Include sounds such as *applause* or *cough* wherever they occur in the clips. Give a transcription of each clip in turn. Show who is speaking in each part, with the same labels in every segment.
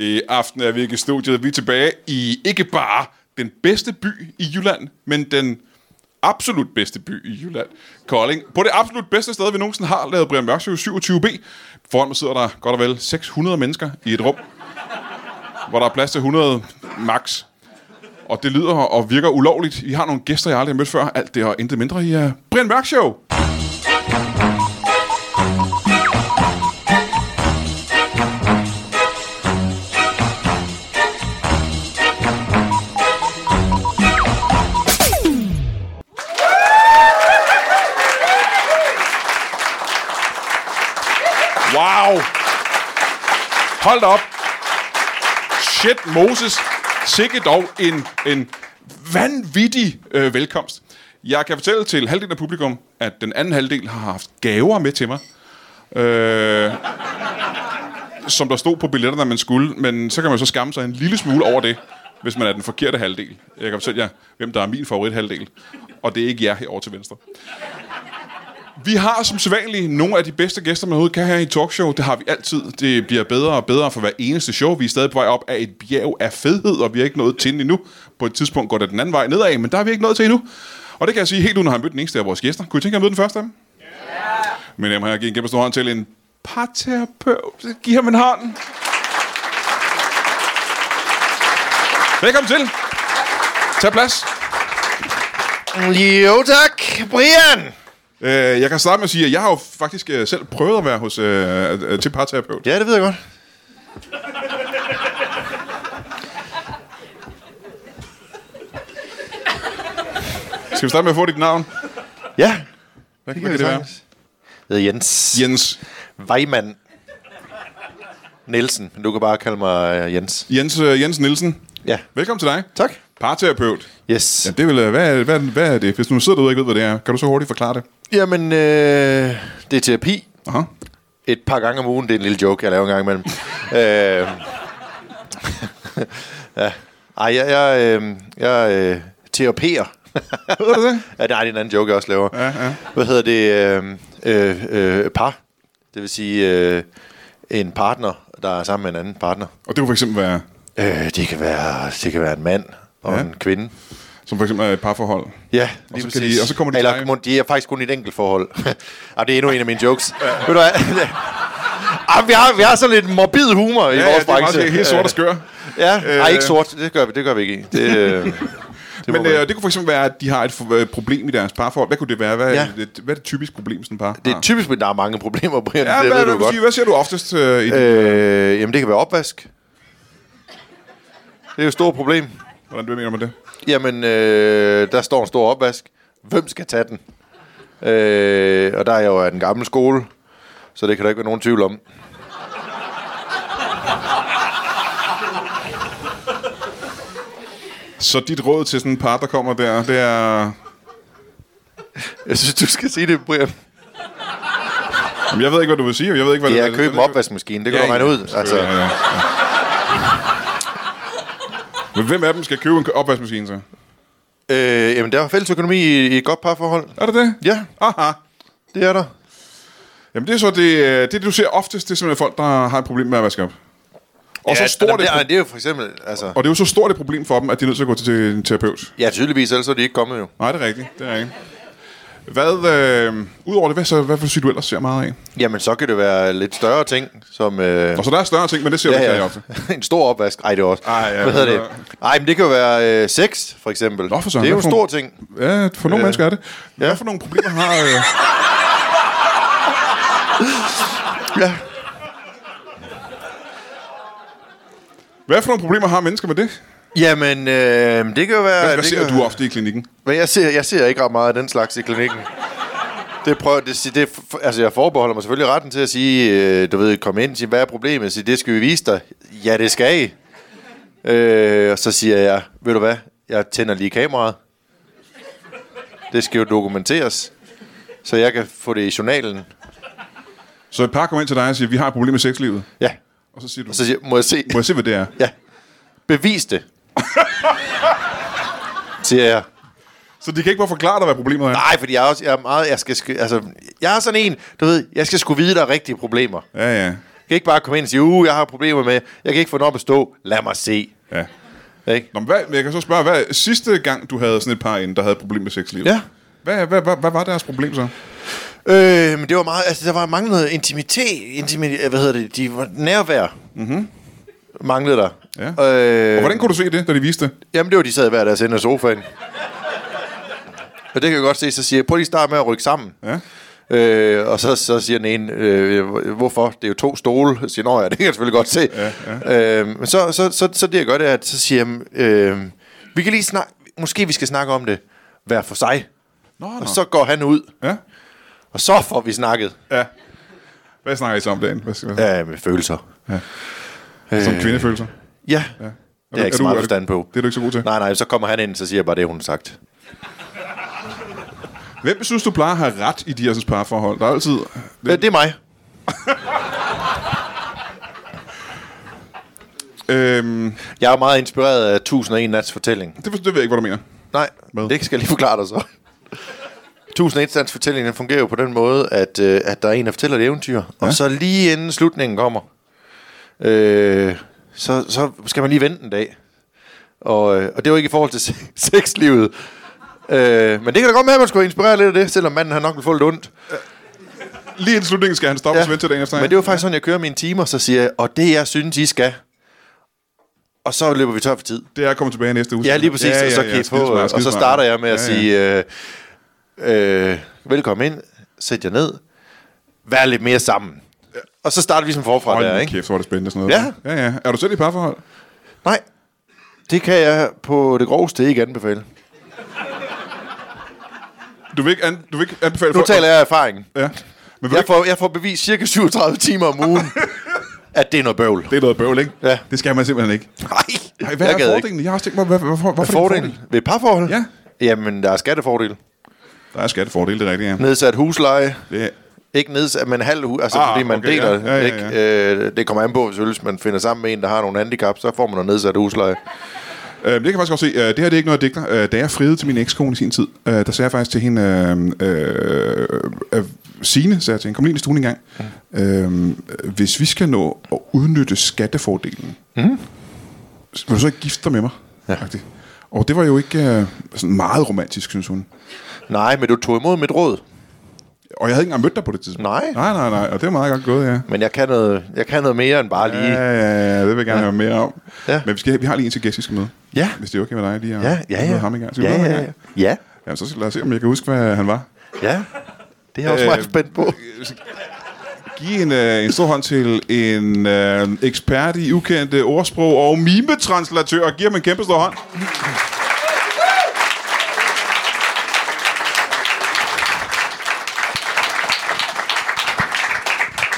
Speaker 1: I aften er vi ikke i studiet. Vi er tilbage i ikke bare den bedste by i Jylland, men den absolut bedste by i Jylland, Kolding. På det absolut bedste sted, vi nogensinde har lavet Brian Mørkshow 27B. Foran mig sidder der godt og vel 600 mennesker i et rum, hvor der er plads til 100 max. Og det lyder og virker ulovligt. I har nogle gæster, jeg aldrig har mødt før. Alt det og intet mindre i uh, Brian Mørk Show. Wow! Hold da op. Shit, Moses. Sikke dog en, en vanvittig øh, velkomst. Jeg kan fortælle til halvdelen af publikum, at den anden halvdel har haft gaver med til mig. Øh, som der stod på billetterne, man skulle. Men så kan man så skamme sig en lille smule over det, hvis man er den forkerte halvdel. Jeg kan fortælle jer, hvem der er min favorithalvdel. Og det er ikke jer herovre til venstre. Vi har som sædvanligt nogle af de bedste gæster, man overhovedet kan have i et talkshow. Det har vi altid. Det bliver bedre og bedre for hver eneste show. Vi er stadig på vej op af et bjerg af fedhed, og vi er ikke nået til den endnu. På et tidspunkt går det den anden vej nedad, men der er vi ikke nået til endnu. Og det kan jeg sige helt uden at have mødt den eneste af vores gæster. Kunne I tænke jer at møde den første af dem? Ja! Men jeg må have givet en kæmpe stor hånd til en parterapeut. Giv ham en hånd. Velkommen til. Tag plads.
Speaker 2: Jo tak, Brian!
Speaker 1: Øh, jeg kan starte med at sige, at jeg har jo faktisk øh, selv prøvet at være hos, øh, øh, til parterapeut.
Speaker 2: Ja, det ved jeg godt.
Speaker 1: Skal vi starte med at få dit navn?
Speaker 2: Ja,
Speaker 1: Hvad,
Speaker 2: det
Speaker 1: hvad
Speaker 2: kan vi
Speaker 1: det være?
Speaker 2: sagtens. Jeg hedder Jens.
Speaker 1: Jens.
Speaker 2: Weimann. Nielsen, men du kan bare kalde mig øh, Jens.
Speaker 1: Jens, øh, Jens Nielsen.
Speaker 2: Ja.
Speaker 1: Velkommen til dig.
Speaker 2: Tak.
Speaker 1: Parterapeut.
Speaker 2: Yes.
Speaker 1: Ja, det vil, øh, hvad, er- hvad, hvad er det? Hvis du sidder derude og ikke ved, hvad det er, kan du så hurtigt forklare det?
Speaker 2: Jamen, øh, det er terapi.
Speaker 1: Aha.
Speaker 2: Et par gange om ugen, det er en lille joke, jeg laver en gang
Speaker 1: *laughs*
Speaker 2: imellem. øh, *laughs* ja. Ej, jeg, jeg, øh, jeg øh, teraperer.
Speaker 1: Ved du det?
Speaker 2: *laughs* Ja, nej, det er en anden joke, jeg også laver. Ja, ja. Hvad hedder det? Øh, øh, øh, par. Det vil sige øh, en partner, der er sammen med en anden partner.
Speaker 1: Og det kunne for eksempel være,
Speaker 2: Øh, det, kan være, det kan være en mand og
Speaker 1: Ja.
Speaker 2: ja. en kvinde.
Speaker 1: som for eksempel er et parforhold.
Speaker 2: Ja,
Speaker 1: Og så kan de- og så kommer de
Speaker 2: Eller,
Speaker 1: til dig.
Speaker 2: må- de er faktisk kun i et enkelt forhold. *laughs* ah, det er endnu en af mine jokes. Ved du hvad? *laughs* Ah, vi, har, vi har sådan lidt morbid humor i
Speaker 1: Ja, ja,
Speaker 2: vores
Speaker 1: det er
Speaker 2: branche.
Speaker 1: meget, helt sort og skør.
Speaker 2: Ja, øh,
Speaker 1: Øh.
Speaker 2: Ej, ikke sort. Det gør vi, det gør vi ikke i.
Speaker 1: *laughs*
Speaker 2: Det, øh, *laughs* det må
Speaker 1: Men øh,
Speaker 2: være.
Speaker 1: det kunne for eksempel være, at de har et for- øh, problem i deres parforhold. Hvad kunne det være? Hvad, ja.
Speaker 2: Ja.
Speaker 1: det, hvad er det typiske problem, sådan et par
Speaker 2: det er
Speaker 1: har?
Speaker 2: typisk, at der er mange problemer, Brian.
Speaker 1: Ja,
Speaker 2: det
Speaker 1: hvad,
Speaker 2: ved
Speaker 1: vil
Speaker 2: du
Speaker 1: du
Speaker 2: godt.
Speaker 1: sige, hvad ser du oftest øh, i,
Speaker 2: Øh, jamen, det kan være opvask. Det er jo et stort problem.
Speaker 1: hvordan du mener man det?
Speaker 2: Jamen, øh, der står en stor opvask. Hvem skal tage den? Øh, og der er jeg jo af den gamle skole, så det kan der ikke være nogen tvivl om.
Speaker 1: Så dit råd til sådan en par, der kommer der, det er...
Speaker 2: Jeg synes, du skal sige det, Brian.
Speaker 1: Jamen, jeg ved ikke, hvad du vil sige. og Jeg ved ikke, hvad
Speaker 2: Ja,
Speaker 1: det,
Speaker 2: køb en opvaskemaskine. Det kan ja, du regne ud. Altså,
Speaker 1: Ja, ja, ja. Men hvem af dem skal købe en opvaskemaskine så?
Speaker 2: øh, jamen, der er fælles økonomi i, i et godt parforhold.
Speaker 1: Er det det?
Speaker 2: Ja,
Speaker 1: Aha.
Speaker 2: det er der.
Speaker 1: Jamen det er så det, øh, det du ser oftest, det er simpelthen folk, der har et problem med at vaske op. Og,
Speaker 2: ja,
Speaker 1: så stort
Speaker 2: det,
Speaker 1: et,
Speaker 2: er, det er jo for eksempel... Altså,
Speaker 1: og det er jo så stort et problem for dem, at de er nødt til at gå til en terapeut.
Speaker 2: ja, tydeligvis, ellers er de ikke kommet jo.
Speaker 1: Nej, det er rigtigt. Det er rigtigt. Hvad, øh, udover det, hvad, så, hvad vil du sige, du ellers ser meget af?
Speaker 2: Jamen, så kan det være lidt større ting, som... Øh,
Speaker 1: Og så der er større ting, men det ser ja, du ikke
Speaker 2: ja,
Speaker 1: ja.
Speaker 2: ja.
Speaker 1: ofte.
Speaker 2: *laughs* en stor opvask. Ej, det er også.
Speaker 1: Ej, ja,
Speaker 2: Hvad hedder
Speaker 1: det
Speaker 2: det? Ej, men det kan jo være øh, sex, for eksempel.
Speaker 1: Nå, for søren,
Speaker 2: det er jo en
Speaker 1: hvad
Speaker 2: stor
Speaker 1: for-
Speaker 2: ting.
Speaker 1: Ja, for nogle øh,
Speaker 2: Øh,
Speaker 1: mennesker er det. Hvad
Speaker 2: ja.
Speaker 1: for nogle problemer har... Øh,
Speaker 2: Ja.
Speaker 1: hvad for nogle problemer har mennesker med det?
Speaker 2: Jamen, øh, det kan jo være...
Speaker 1: Hvad, hvad
Speaker 2: det
Speaker 1: ser
Speaker 2: kan,
Speaker 1: du ofte i klinikken?
Speaker 2: Men jeg ser, jeg ser ikke ret meget af den slags i klinikken. Det prøver, det, det, det, altså jeg forbeholder mig selvfølgelig retten til at sige, øh, du ved, kom ind, sige, hvad er problemet? Sige, det skal vi vise dig. Ja, det skal I. Øh, og så siger jeg, ved du hvad, jeg tænder lige kameraet. Det skal jo dokumenteres, så jeg kan få det i journalen.
Speaker 1: Så et par kommer ind til dig og siger, vi har et problem med sexlivet.
Speaker 2: Ja,
Speaker 1: Og så siger du,
Speaker 2: og så siger jeg, må jeg se?
Speaker 1: må jeg se, hvad det er?
Speaker 2: Ja, bevis det. siger jeg.
Speaker 1: Så de kan ikke bare forklare dig, hvad problemet er?
Speaker 2: Nej, fordi jeg er, også, jeg er meget, jeg skal, sku- altså, jeg er sådan en, du ved, jeg skal sgu vide, der er rigtige problemer.
Speaker 1: Ja, ja.
Speaker 2: kan ikke bare komme ind og sige, uh, jeg har problemer med, jeg kan ikke få den op at stå, lad mig se.
Speaker 1: Ja.
Speaker 2: Ikke?
Speaker 1: Nå, men hvad, men jeg kan så spørge, hvad sidste gang, du havde sådan et par inde, der havde problemer med sexlivet?
Speaker 2: Ja.
Speaker 1: Hvad, hvad, hvad, hvad var deres problem så?
Speaker 2: Øh, men det var meget, altså der var manglet noget intimitet, intimitet hvad hedder det, de var nærvær. Mm-hmm. Manglede der.
Speaker 1: Mhm. Ja.
Speaker 2: Øh,
Speaker 1: Og hvordan kunne du se det, da de viste det?
Speaker 2: Jamen, det var de sad hver deres ende af sofaen. Og det kan jeg godt se, så siger jeg, prøv lige at starte med at rykke sammen.
Speaker 1: Ja.
Speaker 2: Øh, og så, så siger den ene, øh, hvorfor? Det er jo to stole. Jeg siger, nå ja, det kan jeg selvfølgelig godt se. Ja, ja. Øh, men så, så, så, så det jeg gør, det er, at så siger jeg, øh, vi kan lige snakke, måske vi skal snakke om det hver for sig.
Speaker 1: Nå, nå.
Speaker 2: Og så går han ud,
Speaker 1: Ja.
Speaker 2: og så får vi snakket.
Speaker 1: ja. Hvad snakker I så om derinde? Hvad, hvad, ja.
Speaker 2: Ja, med følelser.
Speaker 1: Som kvindefølelser?
Speaker 2: Ja, ja. Øh, det er jeg ikke så meget forstand på.
Speaker 1: Det er du ikke så god til.
Speaker 2: Nej, nej, så kommer han ind, så siger jeg bare det, hun har sagt.
Speaker 1: Hvem synes du plejer at have ret i de her sådan, parforhold? Der er altid...
Speaker 2: Øh, det er mig.
Speaker 1: Øhm,
Speaker 2: Jeg er jo meget inspireret af 1001 Nats fortælling.
Speaker 1: det, for- det ved jeg ikke, hvad du mener.
Speaker 2: Nej,
Speaker 1: Hvad?
Speaker 2: det skal jeg lige forklare dig så. 1001 Nats fortælling den fungerer jo på den måde, at, øh, at der er en, der fortæller et eventyr, ja? og så lige inden slutningen kommer, øh, så, så skal man lige vente en dag. Og, øh, og det er jo ikke i forhold til se- *laughs* sexlivet. Øh, men det kan da godt være, at man skulle inspirere lidt af det, selvom manden har nok vil få lidt ondt.
Speaker 1: Lige inden slutningen skal han stoppe ja. og vente til dagen efter.
Speaker 2: Men det er jo faktisk sådan, jeg kører mine timer, så siger jeg, og det jeg synes, I skal. Og så løber vi tør for tid.
Speaker 1: det er at komme tilbage i næste uge.
Speaker 2: Ja, lige præcis. Ja, ja, og så, ja, ja, på,
Speaker 1: skidesmart,
Speaker 2: og så
Speaker 1: skidesmart.
Speaker 2: starter jeg med at sige, øh, øh, velkommen ind, sæt jer ned, vær lidt mere sammen. Og så starter vi som forfra
Speaker 1: Hold
Speaker 2: der,
Speaker 1: nu
Speaker 2: ikke?
Speaker 1: kæft, hvor er det spændende sådan noget. Ja. ja, ja. Er du selv i parforhold?
Speaker 2: Nej, det kan jeg på det groveste ikke anbefale.
Speaker 1: Du vil ikke, an, du vil ikke anbefale...
Speaker 2: Nu taler jeg af erfaring.
Speaker 1: Ja. Men vil
Speaker 2: Jeg
Speaker 1: jeg for...
Speaker 2: får, jeg får bevis cirka 37 timer om
Speaker 1: *laughs*
Speaker 2: ugen, at det er noget bøvl.
Speaker 1: Det er noget bøvl, ikke?
Speaker 2: Ja.
Speaker 1: Det skal man simpelthen ikke.
Speaker 2: Nej,
Speaker 1: Ej, hvad
Speaker 2: jeg
Speaker 1: jeg
Speaker 2: gad
Speaker 1: er
Speaker 2: ikke.
Speaker 1: fordelen? Jeg har også tænkt mig, hvad, hvad, hvorfor, hvorfor er det en
Speaker 2: Fordelen ved et parforhold?
Speaker 1: Ja.
Speaker 2: Jamen, der er skattefordel.
Speaker 1: fordel? Der er skattefordele, det er rigtigt, ja.
Speaker 2: Nedsat husleje.
Speaker 1: Det er,
Speaker 2: Ikke nedsat, men halv uge, altså ah,
Speaker 1: Ah,
Speaker 2: fordi man okay,
Speaker 1: okay,
Speaker 2: deler,
Speaker 1: ja. Ja, ja,
Speaker 2: ikke? Øh, det kommer an på, hvis, hvis man finder sammen med en, der har nogle handicap, så får man noget nedsat husleje.
Speaker 1: Øh, det kan jeg faktisk også se. Øh, det her det er ikke noget, jeg digter. Øh, da jeg friede til min ekskone i sin tid, øh, der sagde jeg faktisk til hende... Øh, øh, øh, Signe sagde jeg til hende, kom lige ind i stuen en gang.
Speaker 2: Mm.
Speaker 1: Øh, hvis vi skal nå at udnytte skattefordelen, mm. vil du så ikke gifte dig med mig? Ja. Og det var jo ikke øh, sådan meget romantisk, synes hun.
Speaker 2: Nej, men du tog imod mit råd.
Speaker 1: Og jeg havde ikke engang mødt dig på det tidspunkt.
Speaker 2: Nej.
Speaker 1: Nej, nej, nej. Og det var meget godt gået, ja.
Speaker 2: Men jeg kan noget, jeg kan noget mere end bare
Speaker 1: Ja,
Speaker 2: lige...
Speaker 1: ja, ja, det vil jeg gerne ja. høre mere om.
Speaker 2: Ja.
Speaker 1: Ja. Men vi, skal, vi har lige en til gæst, vi skal med.
Speaker 2: Ja.
Speaker 1: Hvis det er okay med dig lige at
Speaker 2: Ja, ja,
Speaker 1: møde
Speaker 2: ja.
Speaker 1: ham i gang. Skal vi
Speaker 2: Ja,
Speaker 1: møde ham i
Speaker 2: ja, ja.
Speaker 1: gang?
Speaker 2: Ja,
Speaker 1: Ja, så skal- lad os se, om jeg kan huske, hvad han var.
Speaker 2: ja. Det er jeg også
Speaker 1: Øh,
Speaker 2: meget spændt på.
Speaker 1: Giv en, øh, en stor hånd til en øh, ekspert i ukendte ordsprog og mimetranslatør. Giv ham en kæmpe stor hånd.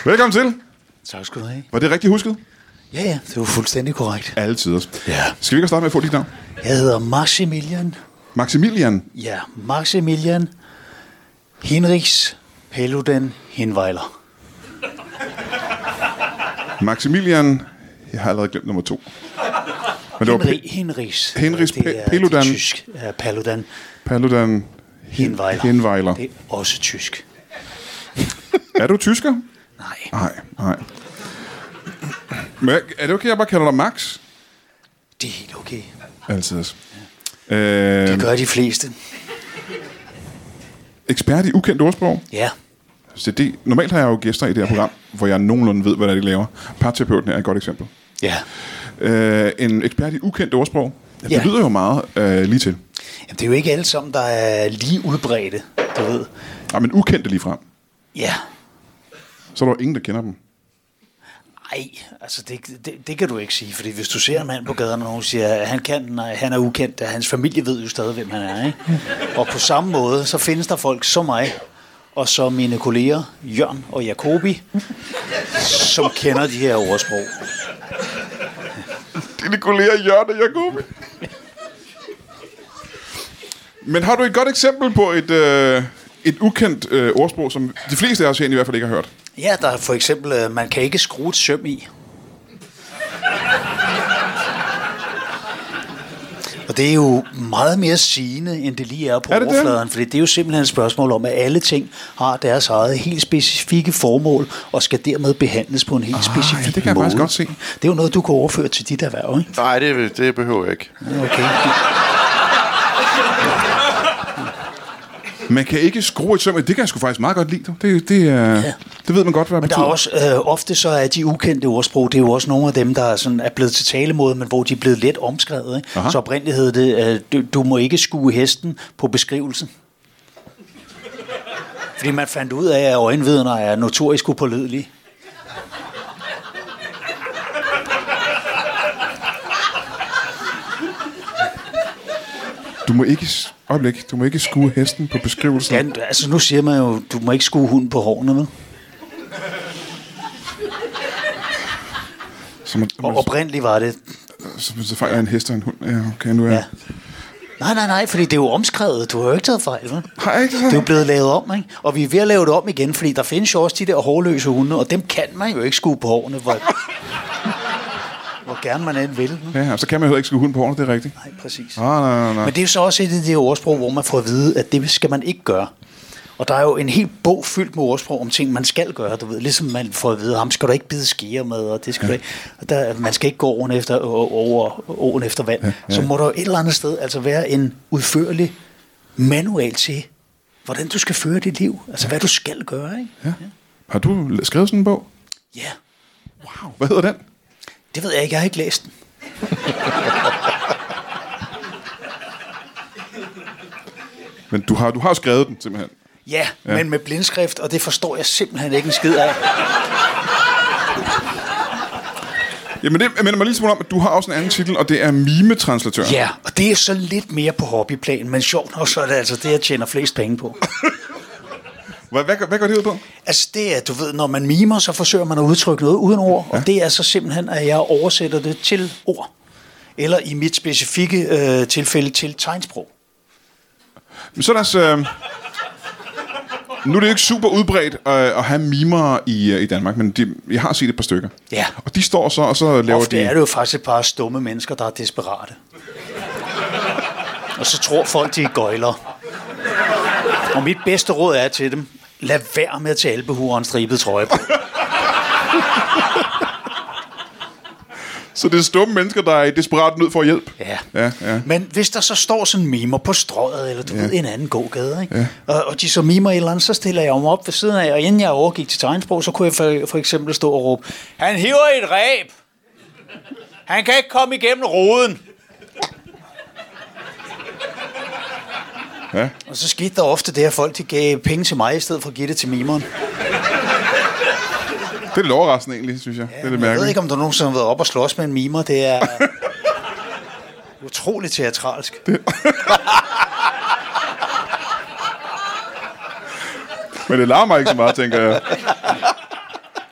Speaker 1: Velkommen til.
Speaker 3: Tak skal du have.
Speaker 1: Var det rigtigt husket?
Speaker 3: Ja, ja, det var fuldstændig korrekt.
Speaker 1: Alle tider.
Speaker 3: Ja.
Speaker 1: Skal vi ikke starte med at få dit navn?
Speaker 3: Jeg hedder Maximilian.
Speaker 1: Maximilian.
Speaker 3: Ja, Maximilian Henriks Paludan Hinweiler.
Speaker 1: Maximilian. Jeg har allerede glemt nummer to. Men det var
Speaker 3: Henri,
Speaker 1: P-
Speaker 3: Henriks.
Speaker 1: Henriks
Speaker 3: det
Speaker 1: Pa-
Speaker 3: er- det er
Speaker 1: Paludan.
Speaker 3: tysk. Ja, Paludan
Speaker 1: Paludan
Speaker 3: Hinweiler.
Speaker 1: Hinweiler.
Speaker 3: Det er også tysk.
Speaker 1: Er du tysker?
Speaker 3: Nej.
Speaker 1: Nej, nej. Men jeg- er det okay, jeg bare kalder dig Max?
Speaker 3: Det er helt okay.
Speaker 1: Altid. Øh,
Speaker 3: Det gør de fleste.
Speaker 1: ekspert i ukendt ordsprog.
Speaker 3: Ja.
Speaker 1: Så det, normalt har jeg jo gæster i det her program, hvor jeg nogenlunde ved, hvad det er, de laver. Parterapeuten er et godt eksempel.
Speaker 3: Ja.
Speaker 1: Øh, en ekspert i ukendt ordsprog. Ja, det
Speaker 3: Ja.
Speaker 1: lyder jo meget øh, lige til.
Speaker 3: Jamen, det er jo ikke alle sammen, der er lige udbredte, du ved.
Speaker 1: Nej, men ukendte lige frem.
Speaker 3: Ja.
Speaker 1: Så er der jo ingen, der kender dem.
Speaker 3: Nej, altså det, det, det kan du ikke sige, fordi hvis du ser en mand på gaden, og nogen siger, at han kan, nej, han er ukendt, at hans familie ved jo stadig, hvem han er. Ikke? Og på samme måde, så findes der folk som mig, og så mine kolleger, Jørn og Jacobi, som kender de her ordsprog.
Speaker 1: Dine kolleger Jørgen og Jacobi. Men har du et godt eksempel på et, øh, et ukendt øh, ordsprog, som de fleste af os herinde i hvert fald ikke har hørt?
Speaker 3: Ja, der er for eksempel, øh, man kan ikke skrue et søm i. Og det er jo meget mere sigende, end det lige er på
Speaker 1: Er
Speaker 3: er
Speaker 1: det
Speaker 3: det
Speaker 1: det?
Speaker 3: overfladen, for det er jo simpelthen et spørgsmål om, at alle ting har deres eget helt specifikke formål, og skal dermed behandles på en helt ah, specifik
Speaker 1: ja, det kan jeg
Speaker 3: måde.
Speaker 1: faktisk godt se.
Speaker 3: Det er jo noget, du kan overføre til dit erhverv, ikke?
Speaker 2: Nej, det, det behøver jeg ikke.
Speaker 3: Okay.
Speaker 1: Man kan ikke skrue et søm, det kan jeg sgu faktisk meget godt lide. du. Det, det, ja.
Speaker 3: Ja.
Speaker 1: det ved man godt, hvad det
Speaker 3: Men der er
Speaker 1: betyder.
Speaker 3: også, øh, ofte så er de ukendte ordsprog, det er jo også nogle af dem, der er, sådan, er blevet til talemåde, men hvor de er blevet let omskrevet. Ikke?
Speaker 1: Aha.
Speaker 3: Så oprindeligt hed det, øh, du, du må ikke skue hesten på beskrivelsen. Fordi man fandt ud af, at øjenvidner er notorisk upålidelige.
Speaker 1: Du må ikke, s- øjeblik, du må ikke skue hesten på beskrivelsen.
Speaker 3: Ja, altså nu siger man jo, du må ikke skue hunden på hårene, vel?
Speaker 1: Som man,
Speaker 3: Og oprindeligt var det.
Speaker 1: som man så fejler en hest og en hund. Ja, okay, nu er
Speaker 3: Ja.
Speaker 1: jeg...
Speaker 3: Nej, nej, nej, fordi det er jo omskrevet. Du har jo ikke taget fejl, vel?
Speaker 1: Har jeg ikke det
Speaker 3: Det er
Speaker 1: så?
Speaker 3: jo blevet lavet om, ikke? Og vi er ved at lave det om igen, fordi der findes jo også de der hårløse hunde, og dem kan man jo ikke skue på hårene,
Speaker 1: *laughs*
Speaker 3: hvor, hvor gerne man end vil. ikke?
Speaker 1: Ja, og så kan man jo heller ikke skue hunden på hånden, det er rigtigt.
Speaker 3: Nej, præcis.
Speaker 1: Nej, nej, nej, nej.
Speaker 3: Men det er jo så også et af de her ordsprog, hvor man får at vide, at det skal man ikke gøre. Og der er jo en hel bog fyldt med ordsprog om ting, man skal gøre, du ved. Ligesom man får at vide, ham skal du ikke bide skære med, og det skal du ikke. Og der, man skal ikke gå åren efter, over åren efter vand. Ja, ja. Så må der jo et eller andet sted altså være en udførlig manual til, hvordan du skal føre dit liv. Altså, hvad du skal gøre, ikke?
Speaker 1: Ja. Har du l- skrevet sådan en bog?
Speaker 3: Ja,
Speaker 1: Wow. Hvad hedder den?
Speaker 3: det ved jeg ikke. Jeg har ikke læst den.
Speaker 1: Men du har, du har skrevet den, simpelthen.
Speaker 3: Ja, ja, men med blindskrift, og det forstår jeg simpelthen ikke en skid af.
Speaker 1: Jamen, det minder mig lige smule om, at du har også en anden titel, og det er Mimetranslatør.
Speaker 3: Ja, og det er så lidt mere på hobbyplan, men sjovt nok, så er det altså det, jeg tjener flest penge på.
Speaker 1: Hvad, hvad, gør- hvad går det ud på?
Speaker 3: Altså det er, du ved, når man mimer, så forsøger man at udtrykke noget uden ord, ja. og det er så simpelthen, at jeg oversætter det til ord. Eller i mit specifikke øh, tilfælde til tegnsprog.
Speaker 1: Men så lad os... Øh... Nu er det jo ikke super udbredt øh, at have mimer i, øh, i Danmark, men de, jeg har set et par stykker.
Speaker 3: Ja.
Speaker 1: Og de står så, og så laver
Speaker 3: Ofte
Speaker 1: de...
Speaker 3: er det jo faktisk et par stumme mennesker, der er desperate. Og så tror folk, de er gøjler. Og mit bedste råd er til dem, lad være med at tage albehue og en stribet trøje på.
Speaker 1: Så det er stumme mennesker, der er i desperat nød for hjælp.
Speaker 3: Ja.
Speaker 1: Ja, ja.
Speaker 3: Men hvis der så står sådan mimer på strøget, eller du ja. ved, en anden gågade, ikke? Ja. Og, og de så mimer et eller andet, så stiller jeg mig op ved siden af, og inden jeg overgik til tegnsprog, så kunne jeg for, for eksempel stå og råbe, han hiver i et ræb! Han kan ikke komme igennem roden!
Speaker 1: Ja.
Speaker 3: Og så skete der ofte det, at folk de gav penge til mig, i stedet for at give det til mimeren.
Speaker 1: Det er lidt overraskende egentlig, synes jeg. Ja, det er lidt
Speaker 3: Jeg ved
Speaker 1: mærkeligt.
Speaker 3: ikke, om der nogensinde har været op og slås med en mimer. Det
Speaker 1: *laughs*
Speaker 3: er utroligt teatralsk.
Speaker 1: Men det larmer ikke så meget, tænker jeg.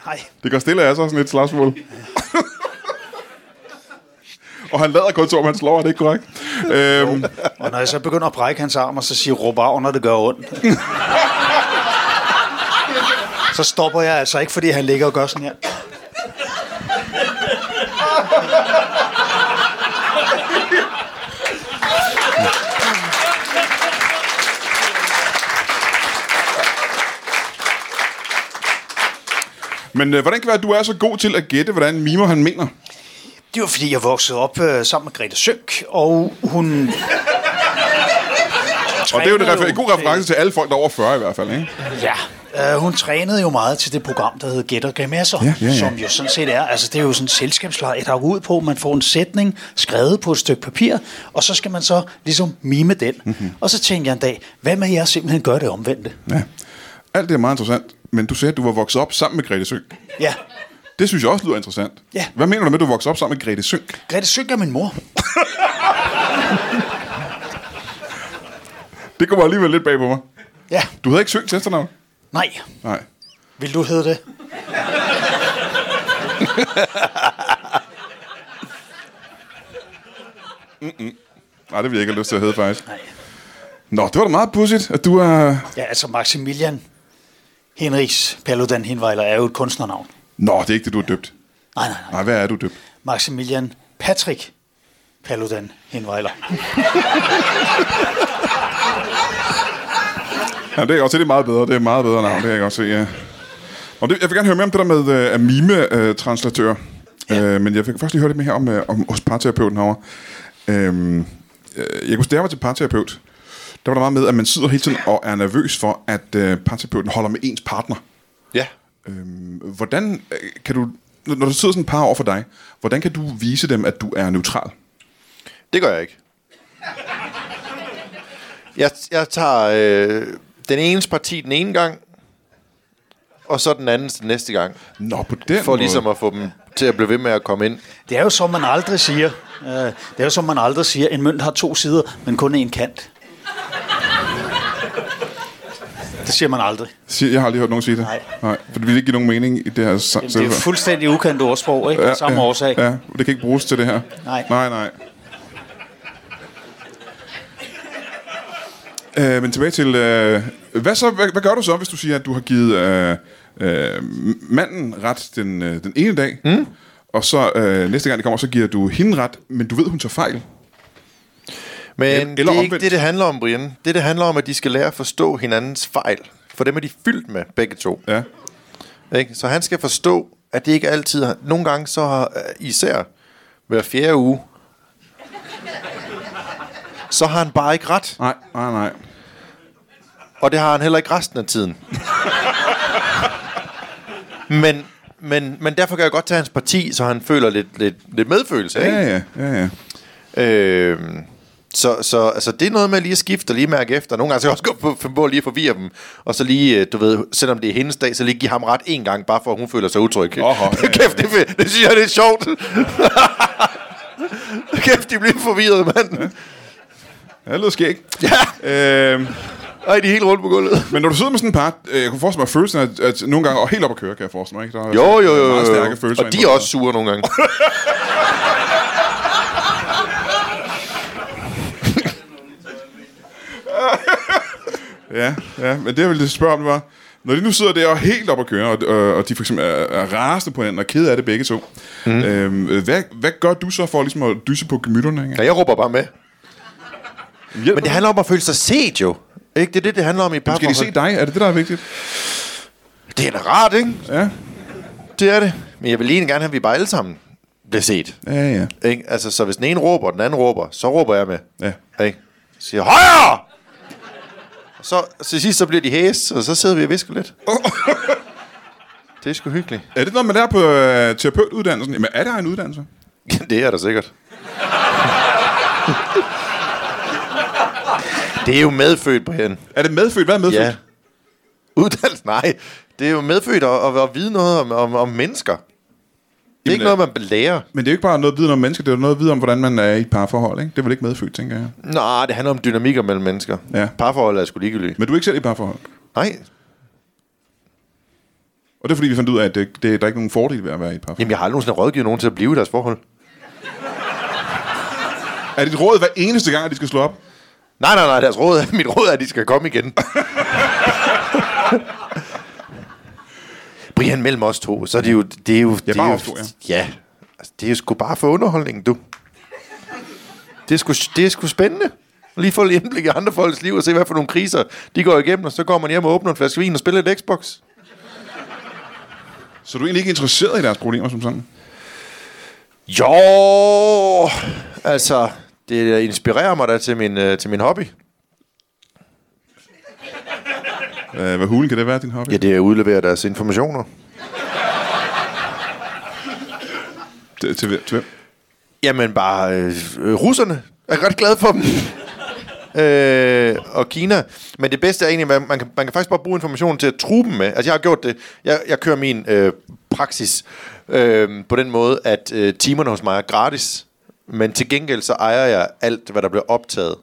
Speaker 3: Nej.
Speaker 1: Det går stille af sig sådan et slagsmål. og han lader kun som om han slår, er det ikke korrekt? Øhm,
Speaker 3: Og når jeg så begynder at brække hans arm, og så siger råb af, når det gør ondt. så stopper jeg altså ikke, fordi han ligger og gør sådan her.
Speaker 1: men øh, hvordan kan det være, at du er så god til at gætte, hvordan mimer han mener?
Speaker 3: Det var, fordi jeg voksede op øh, sammen med Grete Sønk, og hun...
Speaker 1: Og det er jo det refer- en god reference til alle folk, der er over 40 i hvert fald, ikke?
Speaker 3: Ja, øh, hun trænede jo meget til det program, der hedder Gæt og Grimasser,
Speaker 1: Ja, ja, ja.
Speaker 3: som jo sådan set er, altså det er jo sådan en selskabsleje, der går ud på, at man får en sætning skrevet på et stykke papir, og så skal man så ligesom mime den.
Speaker 1: Mhm.
Speaker 3: Mm-hmm. Og så tænkte jeg en dag, hvad med jeg simpelthen gør det omvendte?
Speaker 1: Ja. Alt det er meget interessant, men du sagde, at du var vokset op sammen med Grete Sønk.
Speaker 3: Ja,
Speaker 1: Det synes jeg også lyder interessant.
Speaker 3: Ja.
Speaker 1: Hvad mener du med, at du voksede op sammen med Grete Sønk?
Speaker 3: Grete Sønk er min mor.
Speaker 1: Det kommer alligevel lidt bag på mig.
Speaker 3: Ja,
Speaker 1: Du havde ikke Sønk til efternavn?
Speaker 3: nej.
Speaker 1: Nej.
Speaker 3: Vil du hedde det?
Speaker 1: Nej, det vil jeg ikke have lyst til at hedde, faktisk.
Speaker 3: Nej.
Speaker 1: Nå, det var da meget pudsigt, at du er...
Speaker 3: Ja, altså Maximilian Henrichs Paludan Hinweiler er jo et kunstnernavn.
Speaker 1: Nå, det er ikke det, du er døbt.
Speaker 3: Nej, nej, nej.
Speaker 1: Nej, hvad er du døbt?
Speaker 3: Maximilian Patrick Paludan Henvejler.
Speaker 1: Ja, det er også det er meget bedre. Det er meget bedre navn, det kan jeg godt se. Ja. Og det, jeg vil gerne høre mere om det der med øh, at mime-translatør.
Speaker 3: Ja.
Speaker 1: Øh, men jeg fik først lige høre lidt mere her om, øh, om hos parterapeuten herovre. Øhm, øh, jeg kunne huske, da jeg var til parterapeut, der var der meget med, at man sidder hele tiden og er nervøs for, at øh, parterapeuten holder med ens partner.
Speaker 2: Ja.
Speaker 1: Øhm, hvordan øh, kan du, når når der sidder sådan et par over for dig, hvordan kan du vise dem, at du er neutral?
Speaker 2: Det gør jeg ikke. Jeg, jeg tager øh, den enes parti den ene gang, og så den anden den næste gang.
Speaker 1: Nå, på den
Speaker 2: For
Speaker 1: måde.
Speaker 2: ligesom at få dem til at blive ved med at komme ind.
Speaker 3: Det er jo som man aldrig siger. Øh, Det er jo som man aldrig siger. En mønt har to sider, men kun en kant. Det siger man aldrig.
Speaker 1: Siger- Jeg har aldrig hørt nogen sige det.
Speaker 3: Nej.
Speaker 1: Nej for det ville ikke give nogen mening i det her sa-
Speaker 3: Jamen, det er jo
Speaker 1: selvfør.
Speaker 3: fuldstændig ukendt ordsprog, ikke? Ja, Samme
Speaker 1: ja,
Speaker 3: årsag.
Speaker 1: Ja, det kan ikke bruges til det her.
Speaker 3: Nej.
Speaker 1: Nej, nej. Øh, men tilbage til, øh, hvad, så, hvad, hvad gør du så, hvis du siger, at du har givet øh, øh, manden ret den, øh, den ene dag,
Speaker 2: Hmm?
Speaker 1: mm. og så øh, næste gang det kommer, så giver du hende ret, men du ved, hun tager fejl.
Speaker 2: Men
Speaker 1: Eller
Speaker 2: Eller det er ikke
Speaker 1: omvendt.
Speaker 2: det, det handler om, Brian. Det, det handler om, at de skal lære at forstå hinandens fejl. For dem er de fyldt med, begge to.
Speaker 1: Ja.
Speaker 2: Ikke? Så han skal forstå, at det ikke altid... har- Nogle gange så har øh, især hver fjerde uge, så har han bare ikke ret.
Speaker 1: Nej, nej, nej.
Speaker 2: Og det har han heller ikke resten af tiden. *laughs* men, men, men derfor kan jeg godt tage hans parti, så han føler lidt, lidt, lidt medfølelse. Ikke?
Speaker 1: Ja, ja, ja, ja.
Speaker 2: Øhm, så, så altså, det er noget med lige at skifte og lige mærke efter. Nogle gange skal jeg også gå på, på lige at forvirre dem. Og så lige, øh, du ved, selvom det er hendes dag, så lige give ham ret en gang, bare for at hun føler sig utryg. *laughs*
Speaker 1: Åhå, ja, ja.
Speaker 2: Kæft, det, er fedt. det synes jeg, det er sjovt. *laughs* Kæft, de bliver forvirret, mand.
Speaker 1: Ja, det lyder skægt.
Speaker 2: Ja.
Speaker 1: Øh,
Speaker 2: Ej, de er helt rundt på gulvet.
Speaker 1: men når du sidder med sådan en par, øh, jeg kunne forestille mig at følelsen, at, at nogle gange, og helt op at køre, kan jeg forestille mig, ikke? Der er
Speaker 2: Jo, jo, jo.
Speaker 1: meget
Speaker 2: jo,
Speaker 1: stærke
Speaker 2: jo.
Speaker 1: følelser.
Speaker 2: Og de er
Speaker 1: involveret.
Speaker 2: også sure nogle gange.
Speaker 1: Ja, ja, men det jeg ville spørge om, det var, når de nu sidder der og er helt op at køre, og, og, og de for eksempel er, er rasende på hinanden og ked af det begge to,
Speaker 2: Mhm.
Speaker 1: mm. øhm, hvad, hvad gør du så for ligesom at dysse på gemytterne? Ikke?
Speaker 2: Ja, jeg råber bare med.
Speaker 1: Hjælper
Speaker 2: Men det handler om at føle sig set, jo. Ikke? Det er det, det handler om i et
Speaker 1: du?
Speaker 2: par
Speaker 1: Skal de se dig? Er det det, der er vigtigt?
Speaker 2: Det er da rart, ikke?
Speaker 1: Ja,
Speaker 2: Det er det. Men jeg vil lige gerne have, at vi bare alle sammen bliver set.
Speaker 1: ja, ja.
Speaker 2: Ikke? Altså, så hvis den ene råber, og den anden råber, så råber jeg med.
Speaker 1: ja.
Speaker 2: Ikke? Så siger jeg, højere! Og så til sidst, så bliver de hæs, og så sidder vi og visker *laughs* lidt. det er sgu hyggeligt.
Speaker 1: Er det noget, man lærer på øh, terapeutuddannelsen? Jamen, er der en uddannelse?
Speaker 2: Ja, det er der sikkert. *laughs* det er jo medfødt, Brian.
Speaker 1: Er det medfødt? Hvad er medfødt?
Speaker 2: Ja. Uddannelse? Nej. Det er jo medfødt at, at, at vide noget om, om, om mennesker. Det er ikke
Speaker 1: Jamen,
Speaker 2: noget, man lærer.
Speaker 1: Men det er jo ikke bare noget viden om mennesker, det er jo noget viden om, hvordan man er i et parforhold, ikke? Det er vel ikke medfødt, tænker jeg.
Speaker 2: Nej, det handler om dynamikker mellem mennesker.
Speaker 1: Ja.
Speaker 2: Parforhold er sgu ligegyldigt.
Speaker 1: Men du er ikke selv i et parforhold.
Speaker 2: Nej,
Speaker 1: Og det er fordi, vi fandt ud af, at det, det, der er ikke nogen fordel ved at være i et parforhold.
Speaker 2: Jamen, jeg har aldrig nogensinde rådgivet nogen til at blive i deres forhold.
Speaker 1: Er dit råd hver eneste gang, at de skal slå op?
Speaker 2: Nej, nej, nej, deres råd er, *laughs* mit råd er, at de skal komme igen. Brian, mellem os to, så er det jo... Det er jo det
Speaker 1: bare
Speaker 2: er jo,
Speaker 1: os to, ja.
Speaker 2: Ja, altså, det er jo sgu bare for underholdningen, du. Det er sgu, det er sgu spændende. Lige få lidt indblik i andre folks liv og se, hvad for nogle kriser de går igennem, og så går man hjem og åbner en flaske vin og spiller et Xbox.
Speaker 1: Så er du egentlig ikke interesseret i deres problemer som sådan?
Speaker 2: Jo, altså, det øh, inspirerer mig da til min, øh, til min hobby.
Speaker 1: Øh, hvad hulen kan det være, din hobby?
Speaker 2: Ja, det er at udlevere deres informationer.
Speaker 1: Til, til, hvem- til hvem?
Speaker 2: Jamen bare øh, øh, russerne. Jeg er ret glad for dem. øh, og Kina. Men det bedste er egentlig, at man kan, man kan faktisk bare bruge informationen til at true dem med. Altså jeg har gjort det. Jeg, jeg kører min øh, praksis øh, på den måde, at øh, timerne hos mig er gratis. Men til gengæld så ejer jeg alt, hvad der bliver optaget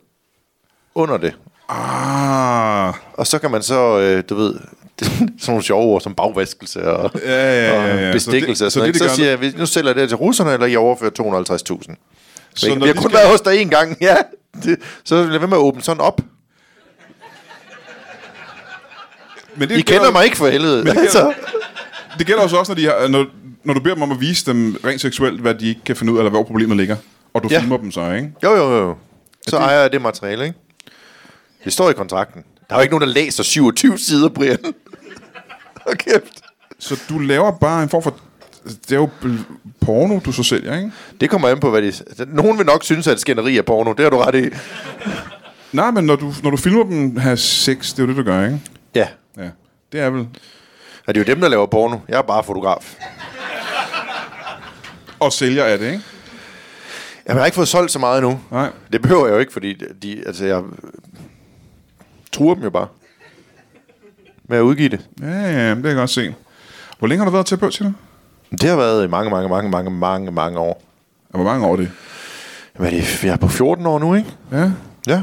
Speaker 2: under det.
Speaker 1: Ah,
Speaker 2: Og så kan man så, øh, du ved, *laughs* sådan nogle sjove ord som bagvaskelse og,
Speaker 1: Ja, ja, ja, ja.
Speaker 2: og
Speaker 1: Så det-
Speaker 2: bestikkelse. og
Speaker 1: så
Speaker 2: sådan noget,
Speaker 1: det, de
Speaker 2: ikke?
Speaker 1: gør
Speaker 2: så siger jeg, "Vi- nu sælger jeg det her til russerne, eller I overfører 250.000. Så
Speaker 1: når
Speaker 2: vi har
Speaker 1: de
Speaker 2: kun
Speaker 1: skal-
Speaker 2: været hos dig en gang, ja. Det, så lad være med at åbne sådan op.
Speaker 1: men det
Speaker 2: I kender mig ikke for helvede.
Speaker 1: det
Speaker 2: Altså.
Speaker 1: Det gælder jo så også, når, de har, når, når du beder dem om at vise dem rent seksuelt, hvad de ikke kan finde ud af, eller hvor problemet ligger. Og du ja.
Speaker 2: Ja.
Speaker 1: filmer dem så, ikke?
Speaker 2: Jo, jo, jo. Så ejer jeg det materiale, ikke? Det står i kontrakten. Der er jo ikke nogen, der læser 27 sider, Brian. Hold kæft.
Speaker 1: Så du laver bare en form for... Det er jo bl- porno, du så sælger, ikke?
Speaker 2: Det kommer an på, hvad de... Nogen vil nok synes, at skænderi er porno. Det har du ret i.
Speaker 1: Nej, men når du, når du filmer dem have sex, det er jo det, du gør, ikke?
Speaker 2: Ja.
Speaker 1: Ja. Det er vel
Speaker 2: Og det er jo dem, der laver porno. Jeg er bare fotograf.
Speaker 1: og sælger af det, ikke?
Speaker 2: Jamen, jeg har ikke fået solgt så meget endnu.
Speaker 1: Nej.
Speaker 2: Det behøver jeg jo ikke, fordi de, altså, jeg truer dem jo bare. Med at udgive det.
Speaker 1: Ja, ja, det kan jeg godt se. Hvor længe har du været terapeut, siger du?
Speaker 2: Det har været i mange, mange, mange, mange, mange, mange år.
Speaker 1: Ja, Hvor mange år er det?
Speaker 2: Hvad er det? Jeg er på 14 år nu, ikke?
Speaker 1: Ja.
Speaker 2: Ja.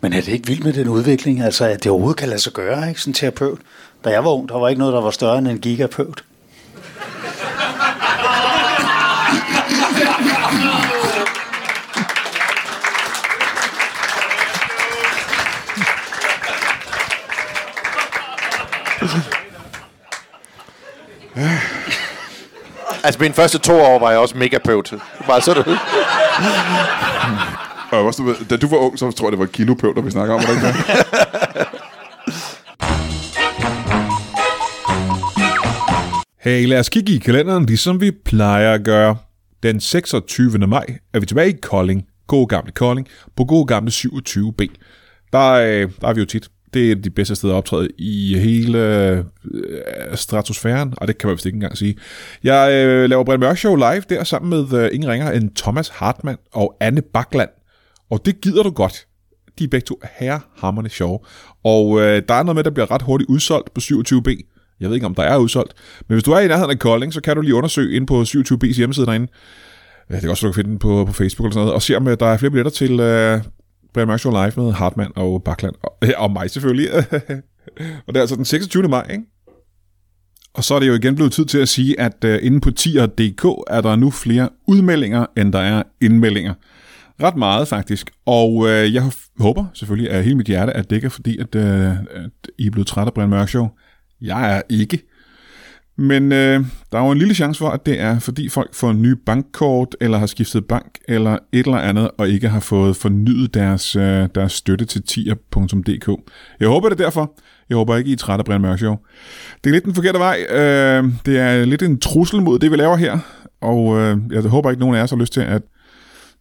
Speaker 3: Men er det ikke vildt med den udvikling, altså at det overhovedet kan lade sig gøre, ikke? Sådan en terapeut. Da jeg var ung, der var ikke noget, der var større end en gigapeut.
Speaker 2: Altså, mine første to år var jeg også mega pøvt. Bare så *laughs* det.
Speaker 1: Og også, du ved, da du var ung, så tror jeg, det var kinopøvler, vi snakker om, var det ikke det?
Speaker 4: Hey, lad os kigge i kalenderen, ligesom vi plejer at gøre. Den 26. maj er vi tilbage i Kolding. God gamle Kolding på god gamle 27B. Der, øh, der er vi jo tit. Det er de bedste steder at optræde i hele øh, stratosfæren, og det kan man vist ikke engang sige. Jeg øh, laver Brian Mørk Show live der sammen med øh, ingen ringer end Thomas Hartmann og Anne Bakland. Og det gider du godt. De er begge to herrehammerne sjove. Og øh, der er noget med, der bliver ret hurtigt udsolgt på 27B. Jeg ved ikke, om der er udsolgt. Men hvis du er i nærheden af Kolding, så kan du lige undersøge ind på 27B's hjemmeside derinde. Ja, det kan også være, du kan finde den på, på Facebook eller sådan noget. Og se, om øh, der er flere billetter til øh, Brian Mørk Show Live med Hartmann og Bakland. Og, *laughs* og mig selvfølgelig. *laughs* og det er altså den 26. maj, ikke? Og så er det jo igen blevet tid til at sige, at øh, inde på tier.dk er der nu flere udmeldinger, end der er indmeldinger. Ret meget faktisk, og øh, jeg f- håber selvfølgelig af hele mit hjerte, at det ikke er fordi, at, øh, at I er blevet træt af Brian Mørk Show. Jeg er ikke. Men øh, der er jo en lille chance for, at det er fordi folk får nye bankkort, eller har skiftet bank, eller et eller andet, og ikke har fået fornyet deres, øh, deres støtte til tier.dk. Jeg håber det er derfor. Jeg håber ikke, I er trætte af Brian Mørk Show. Det er lidt den forkerte vej. Øh, det er lidt en trussel mod det, vi laver her. Og øh, jeg håber ikke, nogen af jer har lyst til, at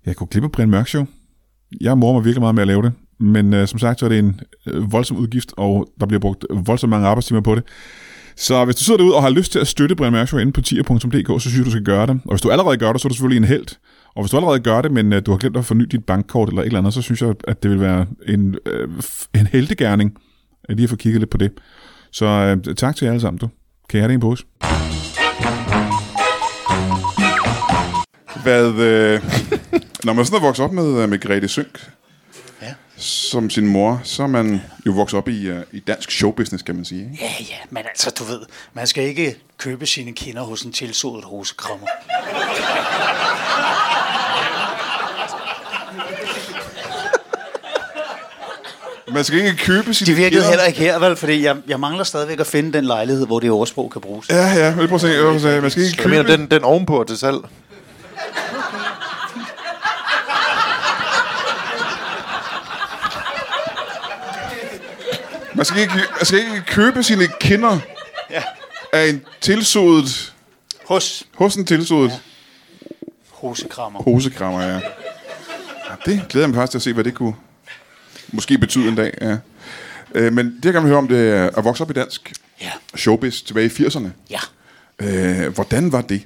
Speaker 4: jeg kunne klippe Brian Mørk Show. Jeg morer mig virkelig meget med at lave det. Men øh, som sagt, så er det en øh, voldsom udgift, og der bliver brugt voldsomt mange arbejdstimer på det. Så hvis du sidder derude og har lyst til at støtte Brian Mørk Show inde på tier.dk, så synes jeg, du skal gøre det. Og hvis du allerede gør det, så er du selvfølgelig en held. Og hvis du allerede gør det, men øh, du har glemt at forny dit bankkort eller et eller andet, så synes jeg, at det vil være en, øh, f- en heldegærning øh, lige at få kigget lidt på det. Så øh, tak til jer alle sammen, du. Kan jeg have det i en pose?
Speaker 1: Hvad, øh, når man sådan er vokset op med, øh, med Grete Sønk,
Speaker 3: Ja.
Speaker 1: som sin mor, så er man jo vokset op i, øh, i dansk showbusiness, kan man sige. Ikke?
Speaker 3: Ja, ja, men altså, du ved, man skal ikke købe sine kinder hos en tilsået rosekrammer.
Speaker 1: Man skal ikke købe sine
Speaker 3: De virkede
Speaker 1: kæder.
Speaker 3: heller ikke her, vel? Fordi jeg, jeg mangler stadigvæk at finde den lejlighed, hvor det ordsprog kan bruges.
Speaker 1: Ja, ja, men prøv at se, prøv at se. Man skal ikke
Speaker 2: Jeg
Speaker 1: købe...
Speaker 2: mener, den, den ovenpå er til salg.
Speaker 1: Man skal ikke, man skal ikke købe sine kinder
Speaker 3: Ja.
Speaker 1: af en tilsodet,
Speaker 3: Hos
Speaker 1: hos en tilsodet ja.
Speaker 3: rosekrammer.
Speaker 1: posekrammer, ja. ja. Det glæder jeg mig faktisk til at se, hvad det kunne måske betyde en dag, ja. Øh, men det, jeg gerne vil høre om, det er at vokse op i dansk
Speaker 3: Ja,
Speaker 1: showbiz tilbage i 80'erne.
Speaker 3: ja.
Speaker 1: Øh, hvordan var det?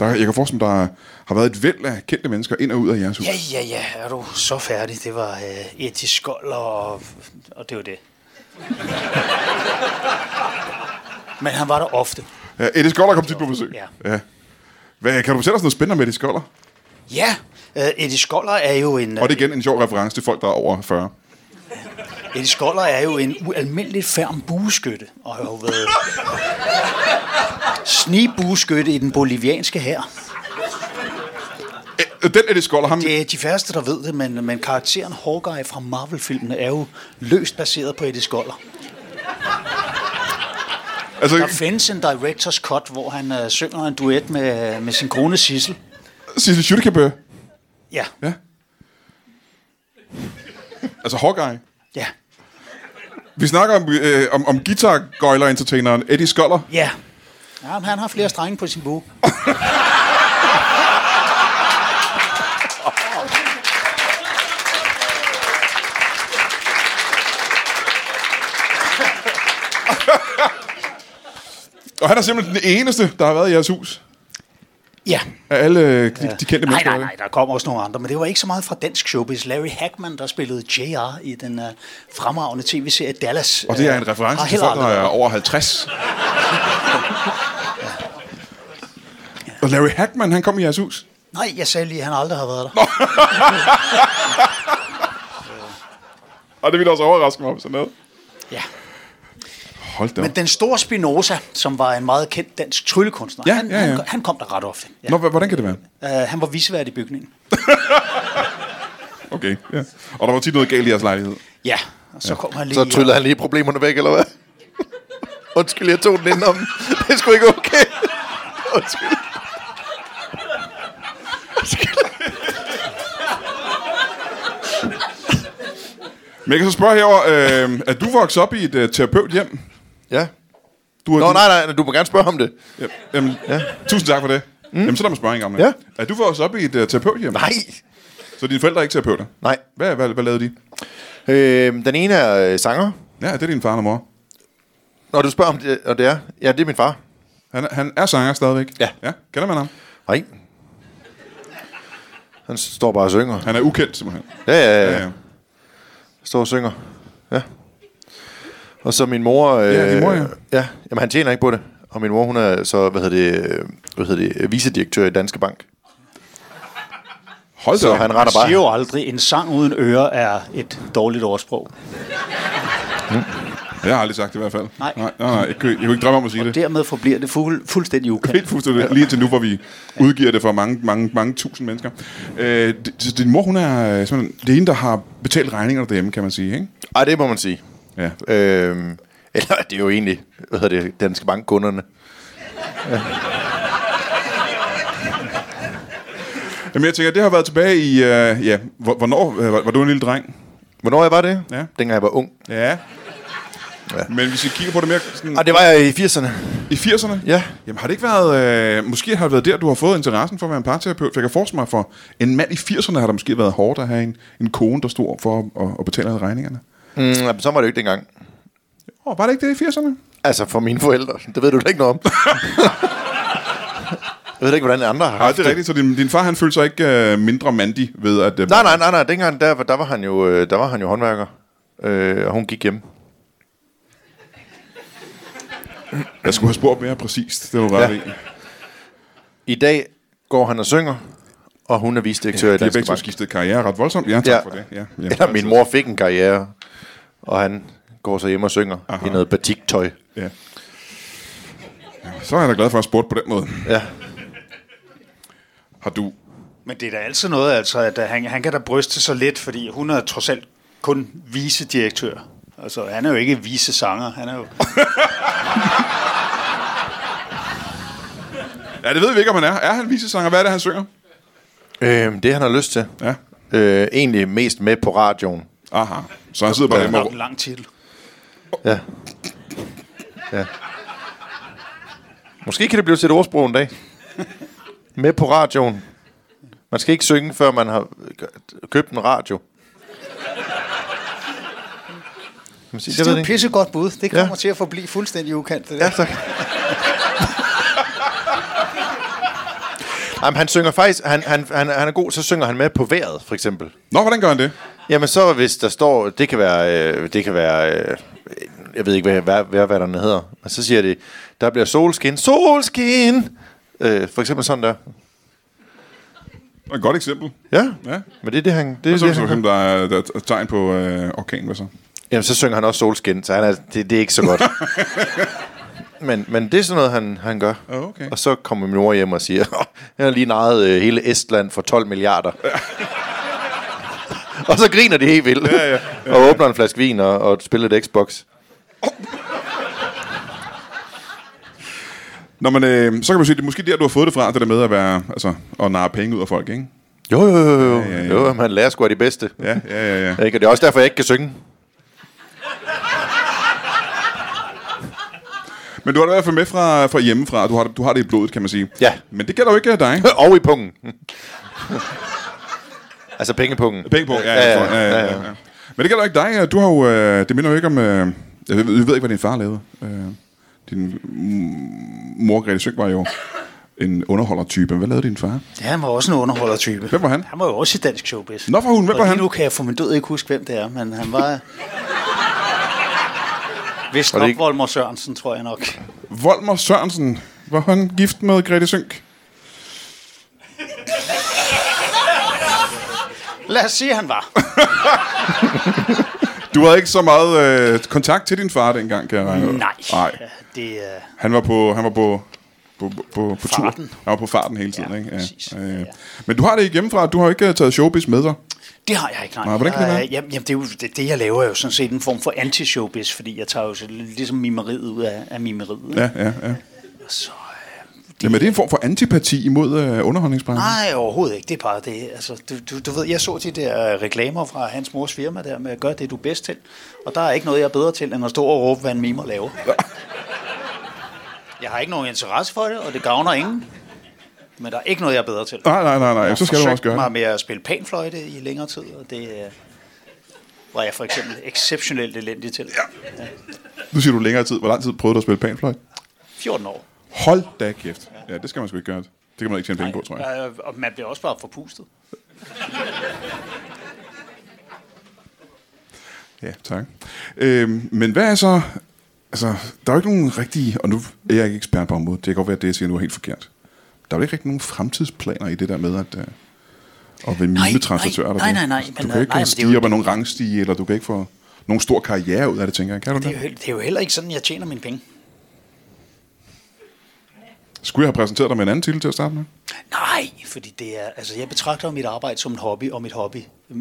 Speaker 1: Der, jeg kan forestille mig, der har været et væld af kendte mennesker ind og ud af jeres hus.
Speaker 3: Ja, ja, ja, er du så færdig? Det var øh, Eti Skold, og, og det var det. Men han var der ofte.
Speaker 1: Ja, Eddie Skoller kom tit på besøg.
Speaker 3: Ja.
Speaker 1: ja. Hvad, kan du fortælle os noget spændende med Eddie Skoller?
Speaker 3: Ja, øh, Eti Skoller er jo en...
Speaker 1: Og det er igen en sjov reference til folk, der er over 40.
Speaker 3: øh, Eddie Skoller er jo en ualmindeligt færm bueskytte, og har jo været
Speaker 1: *laughs*
Speaker 3: snigbueskytte i den bolivianske her.
Speaker 1: Øh, Den Eddie Skoller, ham,
Speaker 3: Det er de færreste, der ved det, men, men karakteren Hawkeye fra Marvel-filmene er jo løst baseret på Eddie Skoller.
Speaker 1: altså,
Speaker 3: Der findes en director's cut, hvor han øh, synger en duet med, med sin kone Sissel.
Speaker 1: Sissel Schüttekebø.
Speaker 3: Ja,
Speaker 1: Ja. Altså Hawkeye.
Speaker 3: ja,
Speaker 1: Vi snakker om, øh, om, om guitar-gøjler-entertaineren Eddie Skoller.
Speaker 3: ja. Jamen, han har flere strenge på sin bog.
Speaker 1: Og han er simpelthen den eneste, der har været i jeres hus.
Speaker 3: Ja.
Speaker 1: Af alle øh, de, de kendte
Speaker 3: Nej,
Speaker 1: mennesker.
Speaker 3: nej, nej, der kom også nogle andre, men det var ikke så meget fra dansk showbiz. Larry Hackman, der spillede JR i den uh, fremragende tv-serie Dallas.
Speaker 1: Og det er
Speaker 3: øh,
Speaker 1: en reference
Speaker 3: har
Speaker 1: til
Speaker 3: heller
Speaker 1: folk, der
Speaker 3: aldrig
Speaker 1: er
Speaker 3: været-
Speaker 1: over 50. Og Larry Hackman, han kom i jeres hus.
Speaker 3: Nej, jeg sagde lige, at han aldrig har været der. Nå.
Speaker 1: Og det ville også overraske mig om sådan noget.
Speaker 3: Ja.
Speaker 1: Hold da op.
Speaker 3: Men den store Spinoza, som var en meget kendt dansk tryllekunstner,
Speaker 1: Ja,
Speaker 3: han,
Speaker 1: ja, ja.
Speaker 3: Han, han kom der ret ofte. Ja.
Speaker 1: Nå, h- hvordan kan det være?
Speaker 3: Uh, han var visevært i bygningen.
Speaker 1: Okay, ja. Og der var tit noget galt i jeres lejlighed.
Speaker 3: Ja, og så ja. kom han lige...
Speaker 2: Så tryller han lige problemerne væk, eller hvad? *laughs* Undskyld, jeg tog den indenom. *laughs* Det er sgu ikke okay. *laughs* Undskyld.
Speaker 1: Men jeg kan så spørge herover, øh, er du vokset op i et øh, terapeuthjem?
Speaker 2: Ja.
Speaker 1: Du er
Speaker 2: Nå, nej, nej, du må gerne spørge om det.
Speaker 1: Ja, jamen, ja. Tusind tak for det. Mm. Jamen, så lad mig spørge en gang med.
Speaker 2: Ja.
Speaker 1: Er du vokset op i et uh, terapeuthjem?
Speaker 2: Nej.
Speaker 1: Så dine forældre er ikke terapeuter?
Speaker 2: Nej.
Speaker 1: Hvad, hvad, hvad lavede de?
Speaker 2: Øh, den ene er øh, sanger.
Speaker 1: Ja, det er din far og mor.
Speaker 2: Når du spørger om det, og det er. Ja, det er min far.
Speaker 1: Han, er- han er sanger stadigvæk.
Speaker 2: Ja.
Speaker 1: ja. Kender man ham?
Speaker 2: Nej. Han står bare og synger.
Speaker 1: Han er ukendt, simpelthen. Øh,
Speaker 2: Ja, ja,
Speaker 1: Ja,
Speaker 2: ja.
Speaker 1: ja.
Speaker 2: Står og synger. Ja. Og så min mor... Øh,
Speaker 1: Ja, din mor, ja.
Speaker 2: ja. Jamen, han tjener ikke på det. Og min mor, hun er så, hvad hedder det, øh, hvad hedder det, vicedirektør i Danske Bank.
Speaker 1: Hold da
Speaker 2: Så
Speaker 1: op.
Speaker 2: han
Speaker 3: Han
Speaker 2: retter
Speaker 3: siger
Speaker 2: bare...
Speaker 3: jo aldrig, en sang uden ører er et dårligt ordsprog.
Speaker 1: Jeg har aldrig sagt det i hvert fald.
Speaker 3: Nej.
Speaker 1: Nej, nej, nej jeg, kunne, jeg kunne ikke drømme om at sige det. det.
Speaker 3: Dermed forbliver det fuld, fuldstændig ukendt.
Speaker 1: Helt fuldstændig lige til nu, hvor vi udgiver det for mange, mange, mange tusind mennesker. Øh, d- så din mor, hun er øh, simpelthen... Det er hende, der har betalt regningerne derhjemme, kan man sige, ikke?
Speaker 2: Ej, det må man sige.
Speaker 1: Ja.
Speaker 2: Øh, eller det er jo egentlig, hvad hedder det, Danske Bank-kunderne.
Speaker 1: Jamen, jeg tænker, det har været tilbage i... Øh, ja, hvor- hvornår øh, var, var du en lille dreng?
Speaker 2: Hvornår jeg var det?
Speaker 1: Ja.
Speaker 2: Dengang jeg var ung.
Speaker 1: Ja. ja.
Speaker 2: Ja.
Speaker 1: Men hvis vi kigger på det mere sådan,
Speaker 2: Og det var jeg i 80'erne.
Speaker 1: i 80'erne,
Speaker 2: Ja.
Speaker 1: jamen har det ikke været, øh, måske har det været der, du har fået interessen for at være en parterapeut, for jeg kan forestille mig, for en mand i 80'erne har det måske været hårdt at have en, en kone, der stod for at, at, at betale alle regningerne.
Speaker 2: Mm, jamen, så var det jo ikke dengang.
Speaker 1: Åh, var det ikke det i 80'erne?
Speaker 2: Altså, for mine forældre. Det ved du da ikke
Speaker 1: *laughs*
Speaker 2: noget om. jeg ved da ikke, hvordan andre har
Speaker 1: Nej,
Speaker 2: haft
Speaker 1: det er rigtigt, så din, din far han følte sig ikke øh, mindre mandig ved at... Øh,
Speaker 2: Nej, nej, nej, nej. Dengang, der, der, var han jo, øh, der var han jo håndværker. Øh, og hun gik hjem.
Speaker 1: Jeg skulle have spurgt mere præcist, det var ret
Speaker 2: Ja.
Speaker 1: ja.
Speaker 2: I dag går han og synger, og hun er visdirektør ja, i
Speaker 1: De har
Speaker 2: Danske
Speaker 1: begge to
Speaker 2: Bank.
Speaker 1: skiftet karriere ret voldsomt. Ja, tak ja.
Speaker 2: Ja.
Speaker 1: for det. Ja, jamen, altså,
Speaker 2: Eller min mor fik en karriere, og han går så hjem og synger Aha. i noget batiktøj.
Speaker 1: Ja. Ja, Så er jeg da glad for at have spurgt på den måde.
Speaker 2: Ja.
Speaker 1: Har du
Speaker 3: Men det er da altid noget, altså, at øh, han, han kan da bryste sig lidt, fordi hun er trods alt kun vicedirektør. Altså, han er jo ikke visesanger, han er jo...
Speaker 1: Ja, det ved vi ikke, om han er. Er han visesanger? Hvad er det, han synger?
Speaker 2: Øh, det han har lyst til.
Speaker 1: Ja.
Speaker 2: Øh, egentlig mest med på radioen.
Speaker 1: Aha. Så han sidder bare hjemme
Speaker 3: Nok
Speaker 1: og...
Speaker 3: en lang titel.
Speaker 2: Ja. ja. Måske kan det blive til et ordsprog en dag. Med på radioen. Man skal ikke synge, før man har øh, købt en radio. Kan man sige,
Speaker 3: Det,
Speaker 2: ved jeg
Speaker 3: det er et
Speaker 2: ikke.
Speaker 3: pissegodt bud. Det
Speaker 2: Ja.
Speaker 3: kommer til at forblive fuldstændig ukendt. Det der.
Speaker 2: Ja, tak. Jamen, han synger faktisk, han, han, han, han er god, så synger han med på vejret, for eksempel.
Speaker 1: Nå, hvordan gør han det?
Speaker 2: Jamen så hvis der står, det kan være, øh, det kan være, øh, jeg ved ikke hvad, hvad, hvad, hvad derne hedder, men så siger det, der bliver solskin, solskin, øh, for eksempel sådan der.
Speaker 1: Det er Et godt eksempel.
Speaker 2: Ja,
Speaker 1: Ja.
Speaker 2: men det er det han, det, er
Speaker 1: Så er
Speaker 2: det,
Speaker 1: det for
Speaker 2: han
Speaker 1: eksempel,
Speaker 2: gør.
Speaker 1: der er, der er tegn på øh, orkan, hvad så?
Speaker 2: Jamen så synger han også solskin, så han er, det, det er ikke så godt. men, men det er sådan noget, han, han gør.
Speaker 1: Åh, okay.
Speaker 2: Og så kommer min mor hjem og siger, jeg har lige nejet øh, hele Estland for 12 milliarder. og så griner de helt vildt. Ja, ja, ja, og åbner en flaske vin og, og spiller et Xbox.
Speaker 1: Nå, men øh, så kan man sige, det er måske der, du har fået det fra, det der med at være, altså, at narre penge ud af folk, ikke?
Speaker 2: Jo, jo, jo, jo. Ja, ja, ja. jo man lærer sgu af de bedste.
Speaker 1: Ja, ja, ja. ja.
Speaker 2: Ikke? Og det er også derfor, jeg ikke kan synge. *laughs*
Speaker 1: Men du har det i hvert fald med fra, fra hjemmefra. Du har, det- du har det i blodet, kan man sige.
Speaker 2: Ja.
Speaker 1: Men det gælder jo ikke af dig.
Speaker 2: Og i
Speaker 1: *laughs*
Speaker 2: pungen. altså pengepungen.
Speaker 1: Penge på, ja, ja, ja, ja, ja, ja. Men det gælder ikke dig. Du har jo, øh, det minder jo ikke om... Øh, jeg, ved, jeg ved ikke, hvad din far lavede. Øh, din mm, mor, Grete Søg, var jo en underholdertype. Hvad lavede din far?
Speaker 3: Ja, han var også en underholdertype.
Speaker 1: Hvem var han?
Speaker 3: Han var jo også i dansk showbiz.
Speaker 1: Nå, for hulen, hvem
Speaker 3: Og
Speaker 1: var
Speaker 3: lige
Speaker 1: han?
Speaker 3: nu kan jeg for min død ikke huske, hvem det er, men han var... Vist
Speaker 2: Var det
Speaker 3: nok
Speaker 2: ikke-
Speaker 3: ikke... Volmer Sørensen, tror jeg nok.
Speaker 1: Volmer Sørensen. Var han gift med Grete Sønk?
Speaker 3: Lad os sige, han
Speaker 1: *laughs*
Speaker 3: var.
Speaker 1: Du havde ikke så meget øh, kontakt til din far dengang, kan jeg regne ud.
Speaker 3: Nej.
Speaker 1: Nej.
Speaker 3: Ja, Det er...
Speaker 1: Han var på, han var på, på, på, på, på tur.
Speaker 3: Farten.
Speaker 1: Han var på farten hele tiden,
Speaker 3: Ja,
Speaker 1: ikke?
Speaker 3: præcis.
Speaker 1: Øh,
Speaker 3: Ja.
Speaker 1: Men du har det ikke hjemmefra. Du har jo ikke øh, taget showbiz med dig.
Speaker 3: Det har jeg ikke, nej.
Speaker 1: Nej, hvordan kan det
Speaker 3: Jeg-
Speaker 1: være?
Speaker 3: Jamen, jamen det, er jo, det, det, jeg laver er jo sådan set en form for anti-showbiz, fordi jeg tager jo så ligesom mimeriet ud af, af mimeriet. ikke?
Speaker 1: Ja, ja, ja.
Speaker 3: Så, øh,
Speaker 1: Jamen, er det en form for antipati imod øh, underholdningsbranchen?
Speaker 3: nej, overhovedet ikke. Det er bare det. Altså, du, du, du ved, jeg så de der øh, reklamer fra hans mors firma der med, gør det, du er bedst til. Og der er ikke noget, jeg er bedre til, end at stå og råbe, hvad en mimer laver. Jeg har ikke nogen interesse for det, og det gavner ingen. Men der er ikke noget, jeg er bedre til.
Speaker 1: Nej, nej, nej, nej. Så skal du
Speaker 3: forsøgte
Speaker 1: også gøre
Speaker 3: mig
Speaker 1: det.
Speaker 3: med at spille panfløjte i længere tid, og det øh, var jeg for eksempel exceptionelt elendig til. Ja.
Speaker 1: Nu siger du længere tid. Hvor lang tid prøvede du at spille panfløj?
Speaker 3: 14 år.
Speaker 1: Hold da kæft. Ja, det skal man sgu ikke gøre. Det kan man ikke tjene penge på, tror jeg.
Speaker 3: Nej, øh, Og man bliver også bare forpustet.
Speaker 1: Ja, tak. Øhm, men hvad er så... Altså, der er jo ikke nogen rigtige... Og nu er jeg ikke ekspert på området. Det kan godt være, at det, jeg siger nu er helt forkert. Der er jo ikke rigtig nogen fremtidsplaner i det der med, at... Øh, og ved mine translatører.
Speaker 3: nej, nej, nej,
Speaker 1: Du
Speaker 3: men,
Speaker 1: kan
Speaker 3: øh,
Speaker 1: ikke
Speaker 3: nej, men det er
Speaker 1: stige
Speaker 3: jo-
Speaker 1: op ad nogen rangstige, eller du kan ikke få nogen stor karriere ud af det, tænker jeg. Kan du
Speaker 3: Det er, jo,
Speaker 1: det?
Speaker 3: he- det er jo heller ikke sådan, jeg tjener mine penge.
Speaker 1: Skulle jeg have præsenteret dig med en anden titel til at starte med?
Speaker 3: Nej, fordi det er, altså jeg betragter mit arbejde som en hobby, og mit hobby,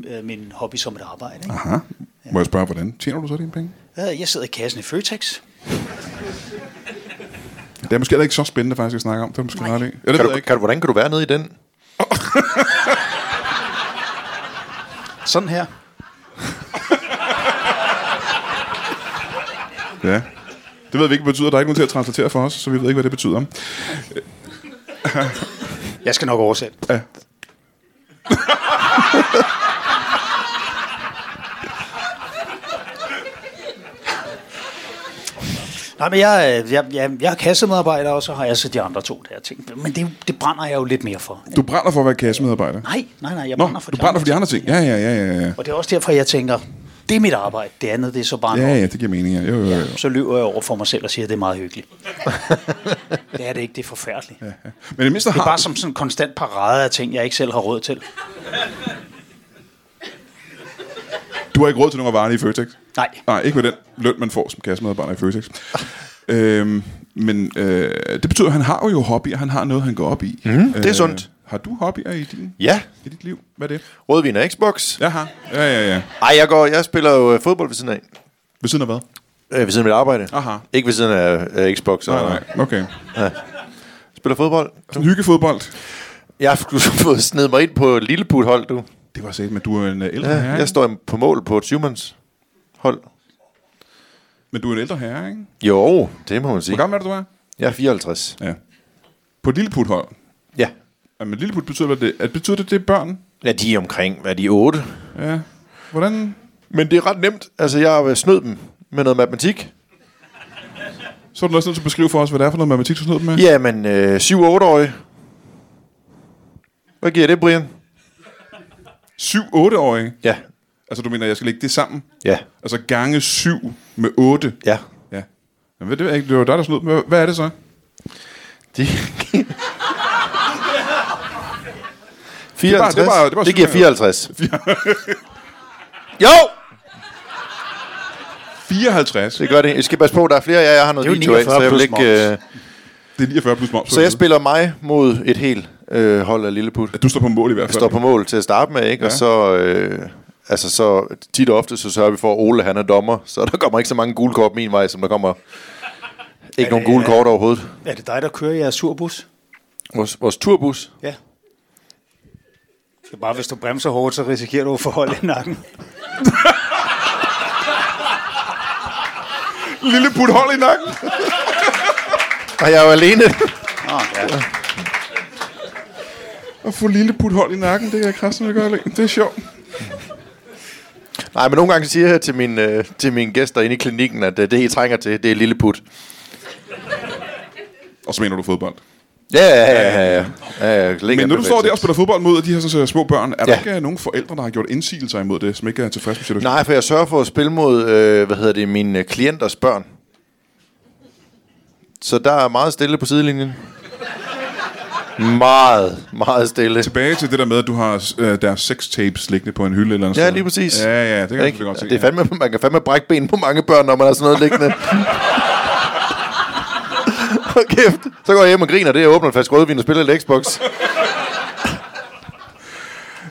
Speaker 3: øh, min hobby som et arbejde. Ikke?
Speaker 1: Aha. Må jeg spørge, hvordan tjener du så dine penge?
Speaker 3: Øh, Jeg sidder i kassen i Føtex.
Speaker 1: Det er måske heller ikke så spændende faktisk at snakke om. Det er måske ret i. Ja, det
Speaker 2: Kan
Speaker 1: ved jeg
Speaker 2: du,
Speaker 1: ikke.
Speaker 2: kan du, hvordan kan du være nede i den?
Speaker 3: Sådan her.
Speaker 1: Ja. Det ved vi ikke, hvad det betyder. Der er ikke nogen til at translatere for os, så vi ved ikke, hvad det betyder.
Speaker 3: Jeg skal nok oversætte. *laughs*
Speaker 1: Ja.
Speaker 3: Nej, men jeg, øh, jeg, jeg, jeg er kassemedarbejder, og så har jeg så de andre to der ting. Men det, er jo- det brænder jeg jo lidt mere for.
Speaker 1: Du brænder for at være kassemedarbejder.
Speaker 3: Nej, nej, nej, jeg
Speaker 1: Nå,
Speaker 3: brænder for
Speaker 1: du
Speaker 3: de
Speaker 1: brænder
Speaker 3: andre
Speaker 1: for de andre ting. Ja, ja, ja, ja. ja.
Speaker 3: Og det er også derfor, jeg tænker, det er mit arbejde, det andet det er så bare
Speaker 1: Ja,
Speaker 3: noget.
Speaker 1: ja, det giver mening. Ja. Jo, jo, jo.
Speaker 3: Så løber jeg over for mig selv og siger, at det er meget
Speaker 1: *laughs*
Speaker 3: hyggeligt. det er det ikke, det er forfærdeligt. Det
Speaker 1: Ja. Men det mindste
Speaker 3: er
Speaker 1: har...
Speaker 3: bare som sådan en konstant parade af ting, jeg ikke selv har råd til.
Speaker 1: Du har ikke råd til nogen af varerne i Føtex.
Speaker 3: Nej.
Speaker 1: Nej, ikke med den løn, man får som kassemedarbejder i
Speaker 3: *laughs*
Speaker 1: Føtex. øhm, men øh, det betyder, at han har jo hobbyer. Han har noget, han går op i. Mm,
Speaker 2: Mhm, det er sundt.
Speaker 1: Har du hobbyer i, din,
Speaker 2: Ja.
Speaker 1: i dit liv? Hvad er det?
Speaker 2: Rødvin og Xbox. Ja.
Speaker 1: Jeg har. Ja, ja, ja.
Speaker 2: Ej, jeg, går, jeg spiller jo øh, fodbold ved siden af.
Speaker 1: Ved siden af hvad?
Speaker 2: Øh, ved siden af mit arbejde.
Speaker 1: Aha.
Speaker 2: Ikke ved siden af øh, Xbox.
Speaker 1: Nej,
Speaker 2: og-
Speaker 1: nej. Okay.
Speaker 2: Spiller fodbold.
Speaker 1: Sådan hyggefodbold.
Speaker 2: Jeg har sgu *laughs* fået snedet mig ind på et lilleput-hold, du.
Speaker 1: Det var sæt, men du er en øh, ældre
Speaker 2: Ja,
Speaker 1: ja, herre.
Speaker 2: jeg
Speaker 1: ikke?
Speaker 2: står på mål på et syvmandshold.
Speaker 1: Men du er en ældre herre, ikke?
Speaker 2: Jo, det må man
Speaker 1: Hvor
Speaker 2: sige.
Speaker 1: gammel er du, du er?
Speaker 2: Jeg er 54.
Speaker 1: Ja. På et lilleputhold.
Speaker 2: Ja.
Speaker 1: Jamen, lilleput betyder, hvad det, at betyder det, det er børn?
Speaker 2: Ja, de er omkring, hvad er de, 8?
Speaker 1: Ja. Hvordan?
Speaker 2: Men det er ret nemt. Altså, jeg øh, snød dem med noget matematik.
Speaker 1: Så er du også nødt til at beskrive for os, hvad det er for noget matematik, du snød dem med.
Speaker 2: Ja, men øh, 7-8-årige. Hvad giver det, Brian?
Speaker 1: 7-8-årige.
Speaker 2: Ja.
Speaker 1: Altså, du mener, jeg skal lægge det sammen?
Speaker 2: Ja.
Speaker 1: Altså gange 7 med 8?
Speaker 2: Ja.
Speaker 1: Ja. Jamen, ved det, ved jeg ikke. det var dig, der snød dem. Hvad- Hvad er det så?
Speaker 2: De... 54.
Speaker 1: bare- *laughs*
Speaker 2: Det,
Speaker 1: det er bare- det er bare
Speaker 2: det giver
Speaker 1: syvmandet.
Speaker 2: 54.
Speaker 1: *laughs*
Speaker 2: jo!
Speaker 1: 54.
Speaker 2: Det gør det. Jeg skal passe på, der er flere af jer, jeg har noget
Speaker 3: Det er jo
Speaker 2: video af, så
Speaker 3: 49
Speaker 2: jeg vil
Speaker 3: plus
Speaker 2: ikke... Øh,
Speaker 1: Det er 49 plus moms.
Speaker 2: så jeg spiller mig mod et helt øh, hold af Lilleput.
Speaker 1: Du står på mål i hvert
Speaker 2: Jeg
Speaker 1: fald.
Speaker 2: står på mål til at starte med, ikke? Ja. Og så... Øh, altså så tit og ofte, så sørger vi for, at Ole han er dommer, så der kommer ikke så mange gule kort min vej, som der kommer ikke nogen gule kort overhovedet.
Speaker 3: Er det dig, der kører jeres surbus?
Speaker 2: Vores, vores turbus.
Speaker 3: Ja. Det er bare, hvis du bremser hårdt, så risikerer du at få hold i nakken.
Speaker 1: Lille put hold i nakken.
Speaker 2: Og jeg er jo alene.
Speaker 1: At få lille put hold i nakken, det kan jeg kraften gøre alene. Det er sjovt.
Speaker 2: Nej, men nogle gange siger jeg til mine, øh, til mine gæster inde i klinikken, at øh, det, I trænger til, det er lille put.
Speaker 1: Og så mener du fodbold.
Speaker 2: Ja, ja, ja. ja, ja. ja, ja
Speaker 1: Men når du står der og spiller fodbold mod de her sådan, så små børn, er der
Speaker 2: Ja.
Speaker 1: ikke øh, nogen forældre, der har gjort indsigelser imod det, som ikke er tilfredse med situationen?
Speaker 2: Nej, for jeg sørger for at spille mod, øh, hvad hedder det, mine øh, klienters børn. Så der er meget stille på sidelinjen. Meget, meget stille.
Speaker 1: Tilbage til det der med, at du har øh, deres sextapes liggende på en hylde eller andet
Speaker 2: Ja,
Speaker 1: sted.
Speaker 2: lige præcis.
Speaker 1: Ja, ja, det kan jeg
Speaker 2: Ikke?
Speaker 1: selvfølgelig godt se.
Speaker 2: Det er fandme, man kan fandme brække ben på mange børn, når man har sådan noget liggende. *laughs* Hold kæft. Så går jeg hjem og griner det, jeg åbner en flaske rødvin og spiller lidt Xbox.
Speaker 1: ja.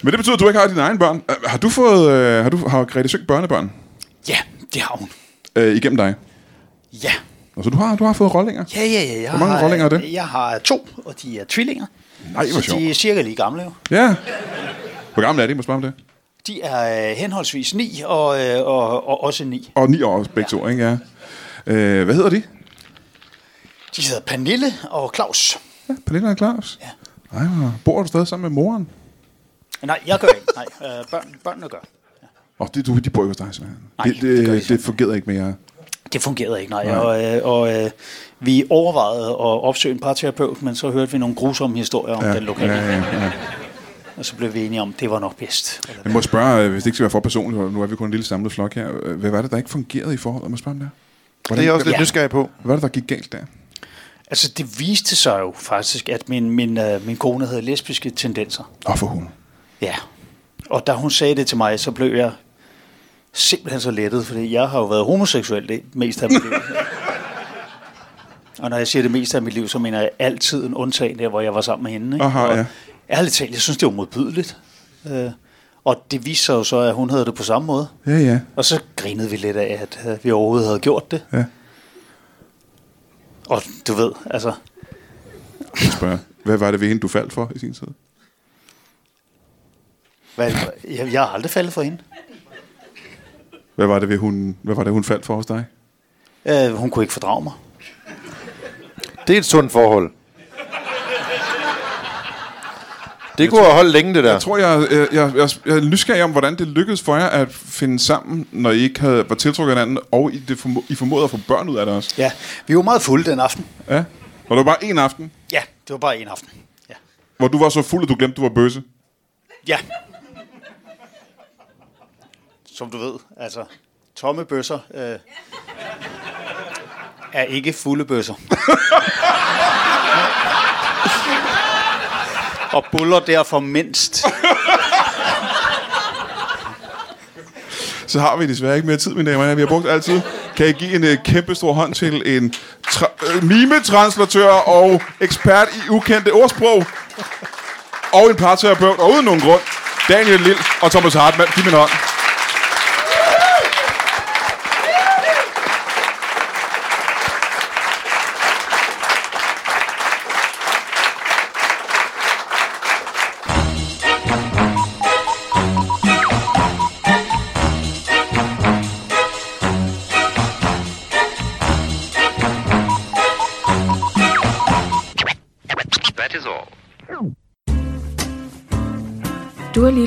Speaker 1: Men det betyder, at du ikke har dine egne børn. Øh, Har du fået, øh, har du har Grete Søg børnebørn
Speaker 3: Ja, det har hun.
Speaker 1: øh, igennem dig?
Speaker 3: Ja.
Speaker 1: Og så du har, du har fået rollinger?
Speaker 3: Ja, ja, ja. Jeg
Speaker 1: Hvor mange
Speaker 3: har, øh,
Speaker 1: rollinger er det?
Speaker 3: Jeg har to, og de er tvillinger.
Speaker 1: Nej, hvor
Speaker 3: så de er
Speaker 1: sjovt.
Speaker 3: cirka lige gamle jo.
Speaker 1: Ja. Hvor gammel er de, må jeg spørge om det?
Speaker 3: De er øh, henholdsvis 9 og, øh, og, og også 9.
Speaker 1: Og ni år begge to, ikke? Ja. Øh, hvad hedder de?
Speaker 3: De hedder Pernille og Claus.
Speaker 1: Ja, Pernille og Claus.
Speaker 3: Ja.
Speaker 1: Nej, hvor- bor du stadig sammen med moren?
Speaker 3: Nej, jeg gør ikke. Nej, øh, børn, børnene gør.
Speaker 1: Og det, du, de bor ikke hos dig, simpelthen.
Speaker 3: Nej,
Speaker 1: det,
Speaker 3: det gør de
Speaker 1: det,
Speaker 3: simpelthen.
Speaker 1: det fungerer ikke mere.
Speaker 3: Det fungerede ikke, nej. Og, øh, og øh, vi overvejede at opsøge en parterapeut, men så hørte vi nogle grusomme historier om ja, den lokale.
Speaker 1: ja, ja, ja.
Speaker 3: Og så blev vi enige om, at det var nok bedst. Eller
Speaker 1: Jeg må spørge, øh, hvis det ikke skal være for personligt, og nu er vi kun en lille samlet flok her. øh, Hvad var det, der ikke fungerede i forholdet? Må jeg spørge om det?
Speaker 2: Det er jeg også lidt
Speaker 3: Ja.
Speaker 2: nysgerrig på.
Speaker 1: Hvad var det, der gik galt der?
Speaker 3: Altså, det viste sig jo faktisk, at min, min, øh, min kone havde lesbiske tendenser.
Speaker 1: Åh, for hun.
Speaker 3: Ja. Og da hun sagde det til mig, så blev jeg simpelthen så lettet, fordi jeg har jo været homoseksuel det meste af mit
Speaker 1: *laughs*
Speaker 3: liv. Og når jeg siger det meste af mit liv, så mener jeg altid en undtagen der, hvor jeg var sammen med hende. Ikke?
Speaker 1: Aha,
Speaker 3: og
Speaker 1: ja.
Speaker 3: Ærligt talt, jeg synes, det var modbydeligt. Øh, og det viste sig jo så, at hun havde det på samme måde.
Speaker 1: Ja, ja.
Speaker 3: Og så grinede vi lidt af, at øh, vi overhovedet havde gjort det.
Speaker 1: Ja.
Speaker 3: Og du ved, altså,
Speaker 1: Jeg spørger, hvad var det ved hende, du faldt for i sin tid?
Speaker 3: hvad, jeg, jeg har aldrig faldet for hende.
Speaker 1: Hvad var det, ved hun, hvad var det hun faldt for hos dig?
Speaker 3: Øh, hun kunne ikke fordrage mig.
Speaker 2: Det er et sundt forhold. Det kunne jeg holde længe, det
Speaker 1: Jeg
Speaker 2: der.
Speaker 1: tror, jeg, øh, jeg, jeg, jeg, jeg er nysgerrig om, hvordan det lykkedes for jer at finde sammen, når I ikke havde, var tiltrukket af hinanden, og I, det formo- I formåede at få børn ud af det også.
Speaker 3: Ja, vi var meget fulde den aften.
Speaker 1: Ja. Og det var bare en aften,
Speaker 3: Ja, det var bare en aften. Ja.
Speaker 1: hvor du var så fuld, at du glemte, du var bøsse.
Speaker 3: ja. Som du ved, altså, tomme bøsser øh, er ikke fulde bøsser. Og buller derfor mindst.
Speaker 1: Så har vi desværre ikke mere tid, mine damer og herrer. Vi har brugt altid. Kan I give en øh, kæmpe stor hånd til en tra- øh, mimetranslaktør og ekspert i ukendte ordsprog? Og en parterapeut, og uden nogen grund, Daniel Lille og Thomas Hartmann. Giv mig en hånd.
Speaker 5: That is all.
Speaker 6: Du har lige